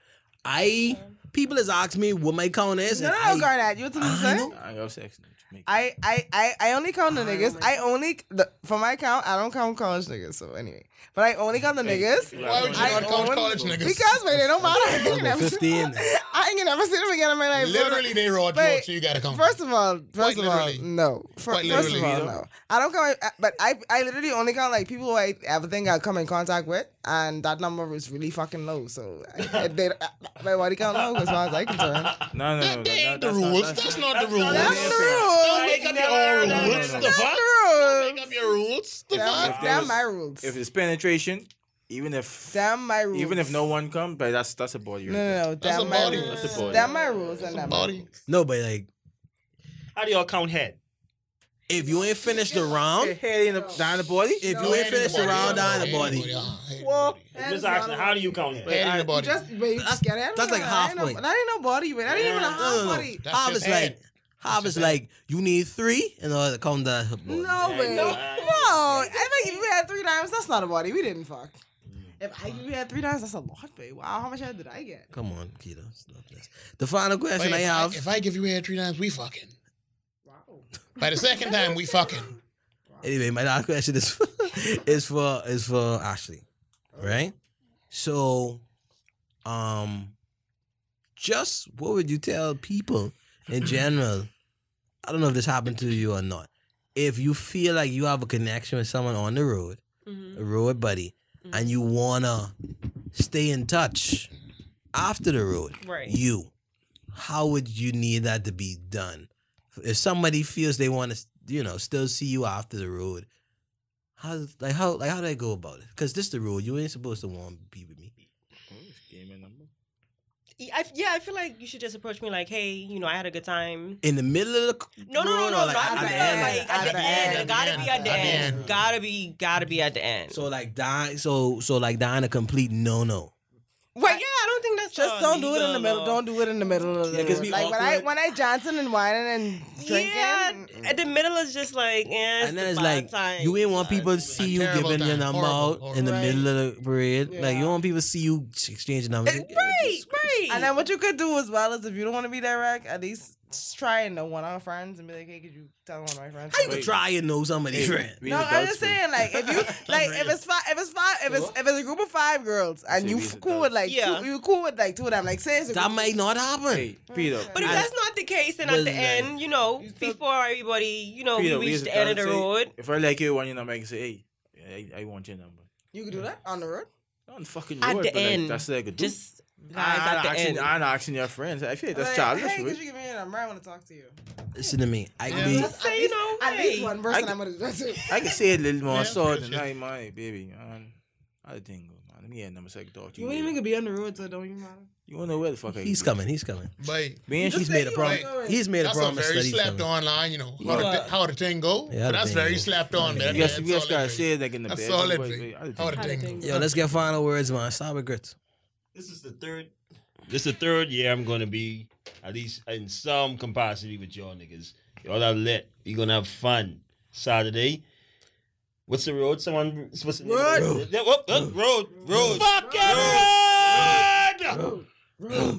I people has asked me what my count is.
No,
and
no,
I-
no, Garnet. You what I'm
I
saying?
know.
I have sex in Jamaica.
I, I, I, I only count the niggas. I only, the, for my count, I don't count college niggas. So anyway, but I only count the niggas.
Why would you
I
not count
own-
college niggas?
Because wait, they don't matter. <laughs> I ain't never,
15.
I ain't never seen them again in my life.
literally they raw
Wait,
so you gotta count.
First of all,
Quite
first of all,
literally.
no. Fir-
Quite
first of
literally,
all,
you know?
no. I don't count, but I, I literally only count like people who I ever think I come in contact with, and that number was really fucking low. So
<laughs>
I, they, my body count low as far as I concerned.
No, no, no.
that,
no,
that ain't the
that's not-
rules.
that's
That's not the rules.
That's the
Don't
rule.
make up your own
no,
rules.
no,
The
no.
fuck?
The
Make up your rules. The
Damn,
fuck?
damn my rules.
If it's penetration, even if
Damn my rules.
even if no one comes, but that's that's a body.
No,
right
no,
there.
no.
That's a
Damn my
body.
That's
rules.
a body.
Damn my rules and damn my
Body.
rules.
No, but like
How do y'all count head?
if you ain't finished the round,
Head in the, down the body.
if
No,
you ain't
ain't
finished the
nobody.
round, down the
Ain't
body.
nobody. Ah, ain't
Well,
nobody.
that is
Just
not
asking,
a-
how do you count head?
Ain't nobody.
Just wait,
That's-
get out of
that's
here.
like
That ain't no-
halfway.
That ain't no body, man. That ain't even a
No,
half
no, no.
body.
That's
uh, Harvest
just
like
head.
harvest like you need three in order to count the body.
No, man. <laughs> No, I think if we had three dimes, that's not a body. We didn't fuck.
Mm.
If I if we had three dimes, that's a lot, babe. Wow, how much head did I get?
Come on, Keto. Stop this. The final question
Wait,
I
if
have.
If I give you head three times, we fucking.
Wow.
By the second time, we fucking.
Anyway, my last question is <laughs> is for is for Ashley, right? So, um, just what would you tell people in general? I don't know if this happened to you or not. If you feel like you have a connection with someone on the road,
Mhm.
a road buddy, and you wanna stay in touch after the road,
Right.
you, how would you need that to be done? If somebody feels they want to, you know, still see you after the road, how like how like how do I go about it? Because this the rule. You ain't supposed to want to be with me.
I, yeah, I feel like you should just approach me like, hey, you know, I had a good time.
In the middle of the
No, no,
road
no,
or,
no,
like, at
not at
the
the
end.
Like, at the end, it gotta be at the end. Gotta be, gotta be at the end.
so like dying, so so like dying a complete no no.
Well, yeah, I don't think that's
Just
a
don't do it in the middle.
legal-
Don't do it in the middle of the
Oh, Yeah, 'cause
road.
we
Like when I
awkward.
when I Johnson and whining and drinking.
Yeah, at the middle is just like, eh, it's
And then
the
it's
bad
like
time.
you ain't want people to
A
see you
terrible
giving your
time.
number out
Horrible,
in the
horrible.
middle of the parade. Like you
Yeah.
don't want people to see you exchanging numbers.
Right, right.
And then what you could do as well is if you don't want to be direct, at least just try and know one of our friends and be like, hey, could you tell one of my friends?
How you gonna try and know somebody
Hey,
friend?
we
No, I'm just
adults first.
saying, like,
<laughs>
if you like, if it's five, if it's five, if it's if it's a group of five girls and
Say
you
we
f-
the
cool
dog.
with like,
Yeah.
two, you cool with like two of them, like, say it's a
That
group-
might not happen.
Hey, Peter.
But if
I-
that's not the case, then
Well,
at the
like-
end, you know, before everybody, you know,
Peter, we
we reach
used
the
to
end of the
tell- say-
road.
If I like you, one your number, I can say, hey, I, I want your number.
you could do that on the road.
Not on the fucking
At
road,
the
but like,
end,
that's like a do.
Just guys at the
asking,
end.
I'm asking your friends. I feel like that's
Like,
childish,
Hey, could you
right?
give me your number? I want to talk to you.
Listen to me. I
Yeah.
can be
That's-
at
Say
least,
no
at least
way.
one person
I-
I'm gonna do that to.
I can say it a little more
Yeah,
sort than
appreciate
I my baby. Man. I think, man. Let me get a number so I can talk to you.
You ain't
later.
even gonna be on the road, so it don't even matter.
You wanna know where the fuck I
He's
be.
coming. He's coming.
But
Me and she's
Just
made
say
a
you
problem.
wanna go in.
He's made a
that's a
promise
very
that he's
slapped
coming.
on line, you know. How, the,
Yeah.
how the thing go?
Yeah, how the
but that's
thing
very
go.
slapped on, man.
You guys, you
That's
guys
all it
gotta
is.
say it like in the
That's
bed.
all
Boy,
it
boy,
is.
I
How the
think.
thing
thing
go.
Yo, let's get final words, man. Stop with grits.
This is the third. This is the third year I'm gonna be at least in some capacity with y'all niggas. Y'all are lit. You gonna have fun Saturday. What's the road? Someone what's the name of the road? Yeah, whoop, whoop, road? Road. Fucking road.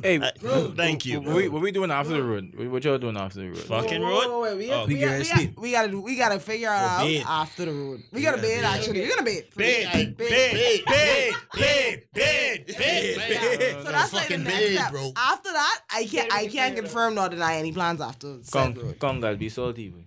Hey,
Uh, Thank you.
What we, what we doing after the road? What, what y'all doing after the road?
Fucking
Whoa, whoa,
road.
whoa, wait, we,
Oh.
we,
We
got-
gotta
we,
sleep.
got, we gotta do- we gotta figure it out
bed.
after the road. We gotta
gotta
bid
bid.
actually. We gotta bid.
Big, big, big, big, big, big,
So that's like the
fucking
next
big,
step.
bro.
After that, I can't I can't confirm nor deny any plans after. said
Kong, Kong, I'll be salty. Boy.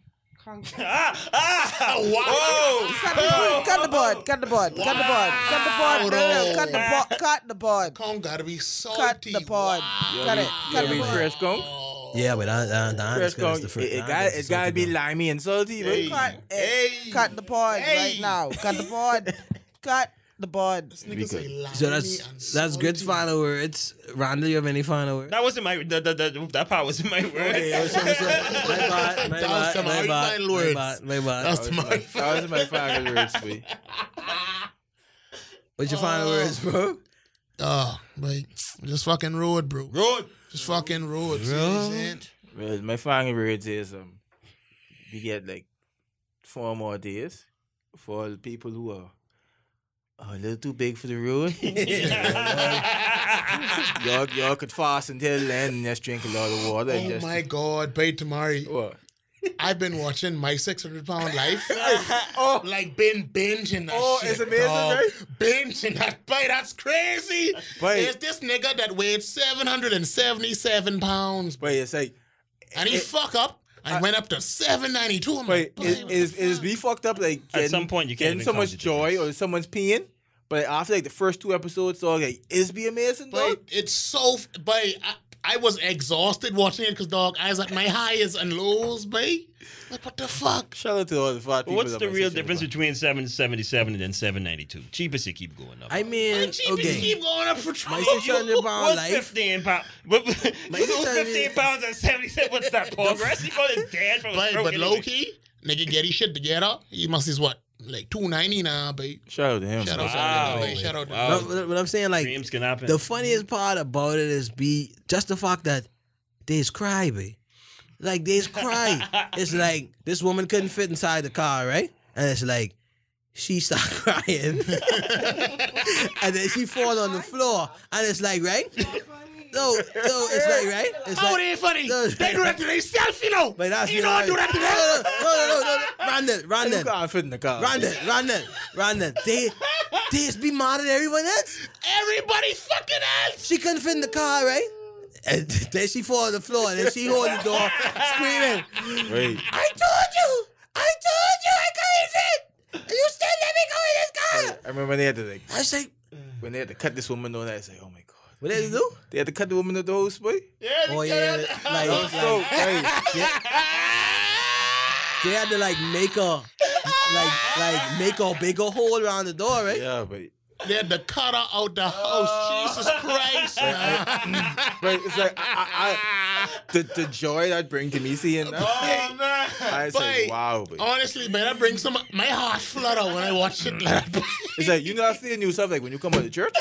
Ah, ah,
Cut
whoa.
the board. Cut the board. Cut the board. Cut the board. Cut the board. No, no, no. Cut the board. Cut the board.
Kong gotta be
Cut
salty.
the board. Cut it.
Got
Cut
to
the
be
board.
fresh, Kong.
Yeah, but that, that, that
Fresh,
is
Kong.
good.
It,
the
it got, it gotta be limey and salty. boy.
Hey.
Cut it. Cut the board right now. Cut the
<laughs>
board. Cut the board.
So that's that's grits final words. Rhonda, you have any final words?
<laughs> That wasn't my that, that, that, that part
<laughs>
wasn't my word. <laughs>
my bad, my
That was
bad,
some
my
hard
bad,
final
my
words.
bad, my bad.
That's my
That was my final words, boy.
What's your final
Oh.
words, bro?
Oh, like just fucking road, bro.
Road.
Just fucking road. see what I'm saying?
Well, my final words is um, we get like four more days for all the people who are oh, a little too big for the road. y'all, y'all could fast until then and just drink a lot of water. and
Oh
just,
my God, Bay Tamari.
What?
I've been watching My 600 Pound
<laughs>
Life. oh, like been binging that
Oh,
shit.
it's amazing,
dog.
right?
Binging that bite. That's crazy.
But-
There's this nigga that weighed 777 pounds,
But it's like,
and he
Eh,
fuck up and went up to 792. I'm
but
like, boy,
it,
what
is
the
is
fuck?
we fucked up? Like
At some point, you can't
getting
even
so
come
much
to the
joy
place.
or someone's peeing. But after like the first two episodes, so like it's be amazing though.
But it's so. f- But I, I was exhausted watching it because dog, I was at my highs and lows, babe. Like what the fuck?
Shout out to all the fat people.
What's
that
the
my
real
sister
difference
was.
between 777 and then 792? Cheapest you keep going up.
I mean,
Cheap okay.
okay.
keep going up for trouble.
My
<laughs>
600 pound
What's
life.
15 pounds? What,
My
lose
sister-
15 pounds at 77.
<laughs>
What's that progress? You call it dead from a
But,
stroke
but
anyway.
low key, nigga get his shit together. He must is what like two ninety now, babe.
Shout out to him.
Shout
man.
out,
Wow.
to him, babe. shout out. To
Wow.
him.
No, What I'm saying, like,
Dreams can happen.
The funniest part about it is be just the fact that they's cry, babe. Like they's cry. it's like this woman couldn't fit inside the car, right? And it's like she start crying, and then she fall on the floor, and it's like right. No, no, it's like right. It's
Oh,
like,
it ain't funny.
No.
They do that to themselves, you know.
but that's
you know, I do that to them.
that. No, no, no, no, no, no. Run it, run
You
it,
can't fit in the car.
run it, run it, run it. They, they just be mad at everyone else.
Everybody fucking else.
She couldn't fit in the car, right? And <laughs> then she fall on the floor, and then she hold the door, screaming,
Wait.
"I told you! I told you I couldn't fit! And you still let me go in this car!"
I remember when they had to like
I was like,
when they had to cut this woman on. I was like, oh my god.
"What did you do?"
They had to cut the woman at the house, boy.
Oh yeah, like,
<laughs>
like,
So hey,
they had to like make a like like make a bigger hole around the door, right?
yeah, but
They had to cut her out the house.
Oh.
Jesus Christ,
<laughs>
man.
but it's like I, I, I the, the joy that bring to me seeing that.
Oh, man.
I was
Boy,
like, wow, boy.
Honestly, man, that brings some my heart flutter when I watch it like that.
It's like you know, I feel new stuff like when you come out of church.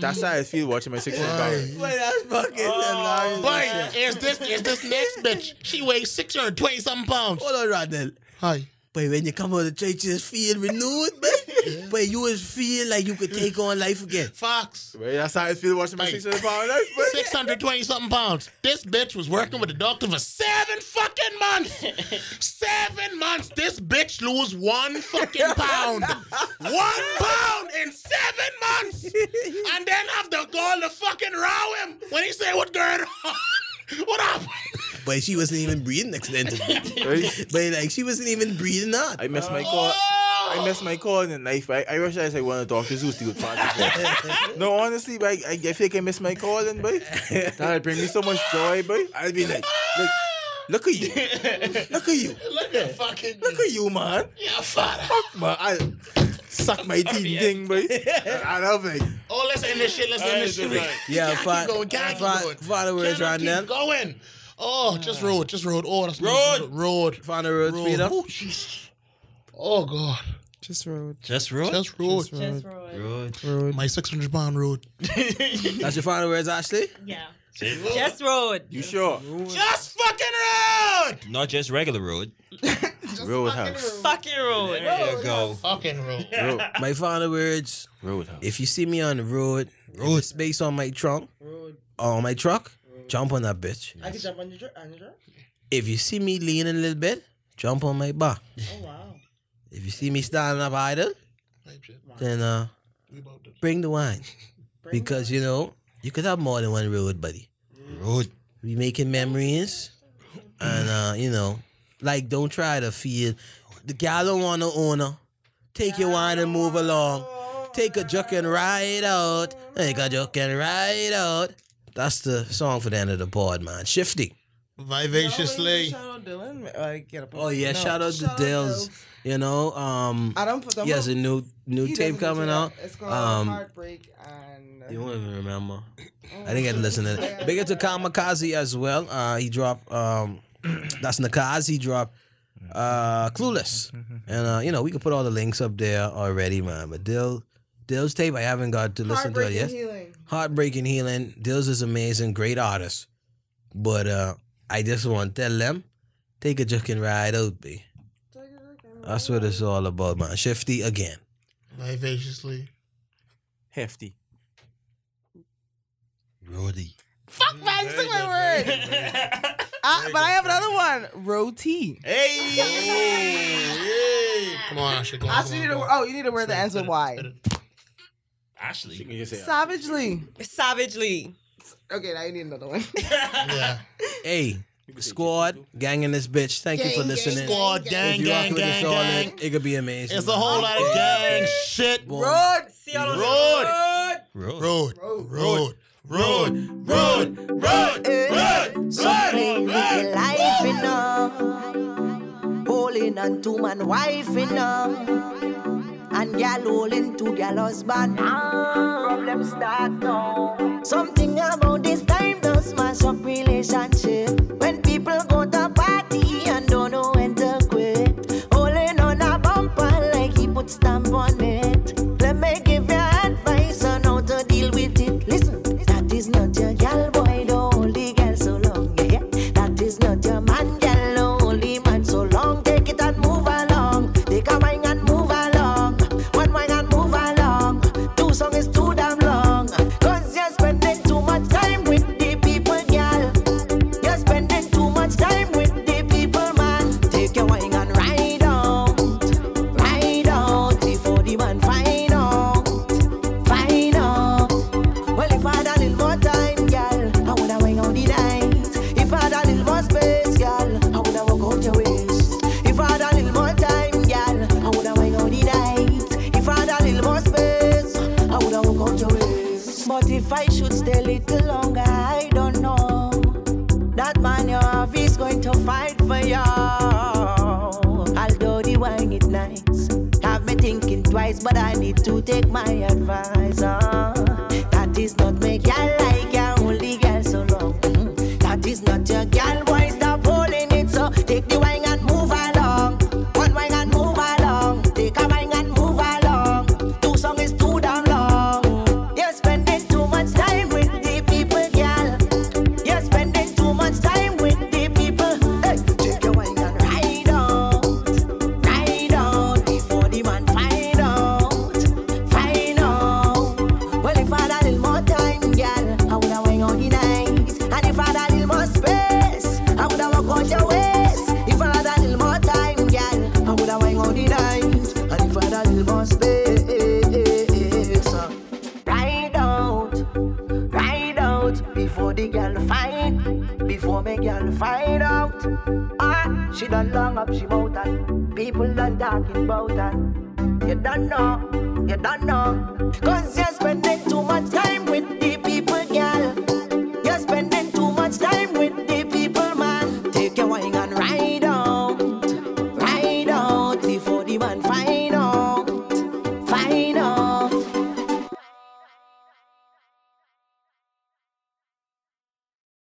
That's how I feel watching my six hundred
But that's fucking
Oh.
hilarious.
Boy, is this is this next bitch? She weighs six hundred twenty something pounds.
Hold on, Rodney.
Hi.
But when you come out of church, you just feel renewed, man. But you just feel like you could take on life again.
Fox.
Right, that's how I feel watching my
Mate.
six hundred pound life. boy.
Six hundred twenty something pounds. This bitch was working with the doctor for seven fucking months. Seven months. This bitch lose one fucking pound. One pound in seven months. And then have the gall to fucking row him when he say what girl. <laughs> What up?
But she wasn't even breathing next to
<laughs>
the
Right?
But like she wasn't even breathing out.
I miss my call.
Oh.
I miss my call in life. I, I wish I was like one of the doctors who's still fat. no, honestly, but I, I feel like I miss my call and boy. That bring me so much joy, boy. I'd be like, look, look at you, look at you,
Look at fucking
look at you, man.
your father.
But I suck my teeth thing, boy. I love it.
Oh, let's end this shit. Let's end this shit.
Yeah,
can't
fi-
keep going. Can't
fi-
keep going.
follow where it's
Cannot
right
keep
now.
Going. Oh, just road, just road. Oh, that's
Road.
road.
Find a road
Road.
speed up.
Oh, Jesus. Oh God,
Just road.
Just road.
that's road.
Just
road.
road.
My six hundred pound
<laughs>
road.
That's your final words, Ashley.
Yeah.
Say road.
Just road.
You sure?
Just fucking <laughs> road.
Not just regular road.
Roadhouse.
Fucking road.
There you go.
Fucking road.
Road,
My final words.
roadhouse.
If you see me on the road, road space on my trunk, on my truck, jump on that bitch.
I can jump on your on your truck.
If you see me leaning a little bit, jump on my back.
Oh wow.
If you see me standing up idle, then uh, bring
<laughs>
the wine, because you know you could have more than one road, buddy.
Road.
We making memories, and uh, you know, like don't try to feel the gal don't want no owner. Take your wine and move along. Take a jerk and ride out. Take a jerk and ride out. That's the song for the end of the board, man. Shifty.
Vivaciously.
Shout out Dylan. Like, get up
Oh yeah, shout out to Dills. You know, um,
I don't put them.
he has a
up.
new new
He
tape
doesn't do
coming
that.
out.
It's called
Um,
Heartbreak and.
you won't even remember. I didn't get to listen to it. Big up to Kamikaze as well. Uh, he dropped. Um, <clears throat> that's Nakazi He dropped. Uh, Clueless, and uh, you know we could put all the links up there already, man. But Dill, Dill's tape I haven't got to listen to it
Heartbreak
yet.
and healing.
Heartbreaking Healing. Dills is amazing, great artist. But uh, I just want to tell them, take a jerk and ride out, B. That's what it's all about, man. Shifty again.
Vivaciously.
Hefty.
Rody.
Fuck, man, you took my word.
<laughs>
Uh, but I have another one. Roti. <laughs>
Hey! Yay!
Come on, Ashley. Go on, come
Actually, you
on,
need a
go
word.
on.
Oh, you need a word that ends with Y.
You
Ashley.
can just say, uh,
Savagely.
Savagely.
Okay, now you need another one.
Yeah.
Hey, squad, gang in this bitch. Thank you for listening.
Squad
If
gang,
you rock
gang,
with us
gang,
all
gang.
in, it could be amazing.
It's a whole lot of gang shit.
Boom.
Road.
See y'all on
Road.
the road.
Road.
Road, road, road, road.
Road. Road. Road.
Spending the life in Holding on to man wife in And gal holding to gal husband Problem start now Something about this time does smash up relationship When people go to party and don't know when to quit Holding on a bumper like he put stamp on it Let me give you advice on how to deal with it Listen, that is not your gal boy, the only girl so long yeah, yeah. That is not your man, gal, no only man so long. Take it and move along. Take a wine and move along. One wine and move along. Two song is too damn long. Cause you're spending too much time with the people, gal. You're spending too much time with the people, man. Take your wine and ride out. Ride out before the man find out. Find out. Well, if I had a little more time, girl, I would have went on the night. If I had a little more space, girl, I would have walked out your waist. If I had a little more time, girl, I would have went on the night. If I had a little more space, I would have walked out your waist. But if I should stay a little longer, I don't know. That man you have is going to fight for you. Although the wine is nice, have me thinking twice, but I need to take my advice. ah. that is not me girl like your only girl so long. Mm, That is not your girl, boy, stop holding it. So take the wine and move along. One wine and move along. Take a wine and move along. Two song is too damn long. You're spending too much time with the people, girl. You're spending too much time with the people. Hey, take your wine and ride out, ride out before the man find out, find out. Well, if I had a little more time, girl, I woulda went on the night. And if I had a little more space, I woulda walk out your ways. If I had a little more time, girl, I woulda went on the night. And if I had a little more space, uh, ride out. Ride out before the girl find, before me girl find out. Ah, she done long up she mouth and people done talking about and you don't know, you don't know. Cause you're spending too much time with the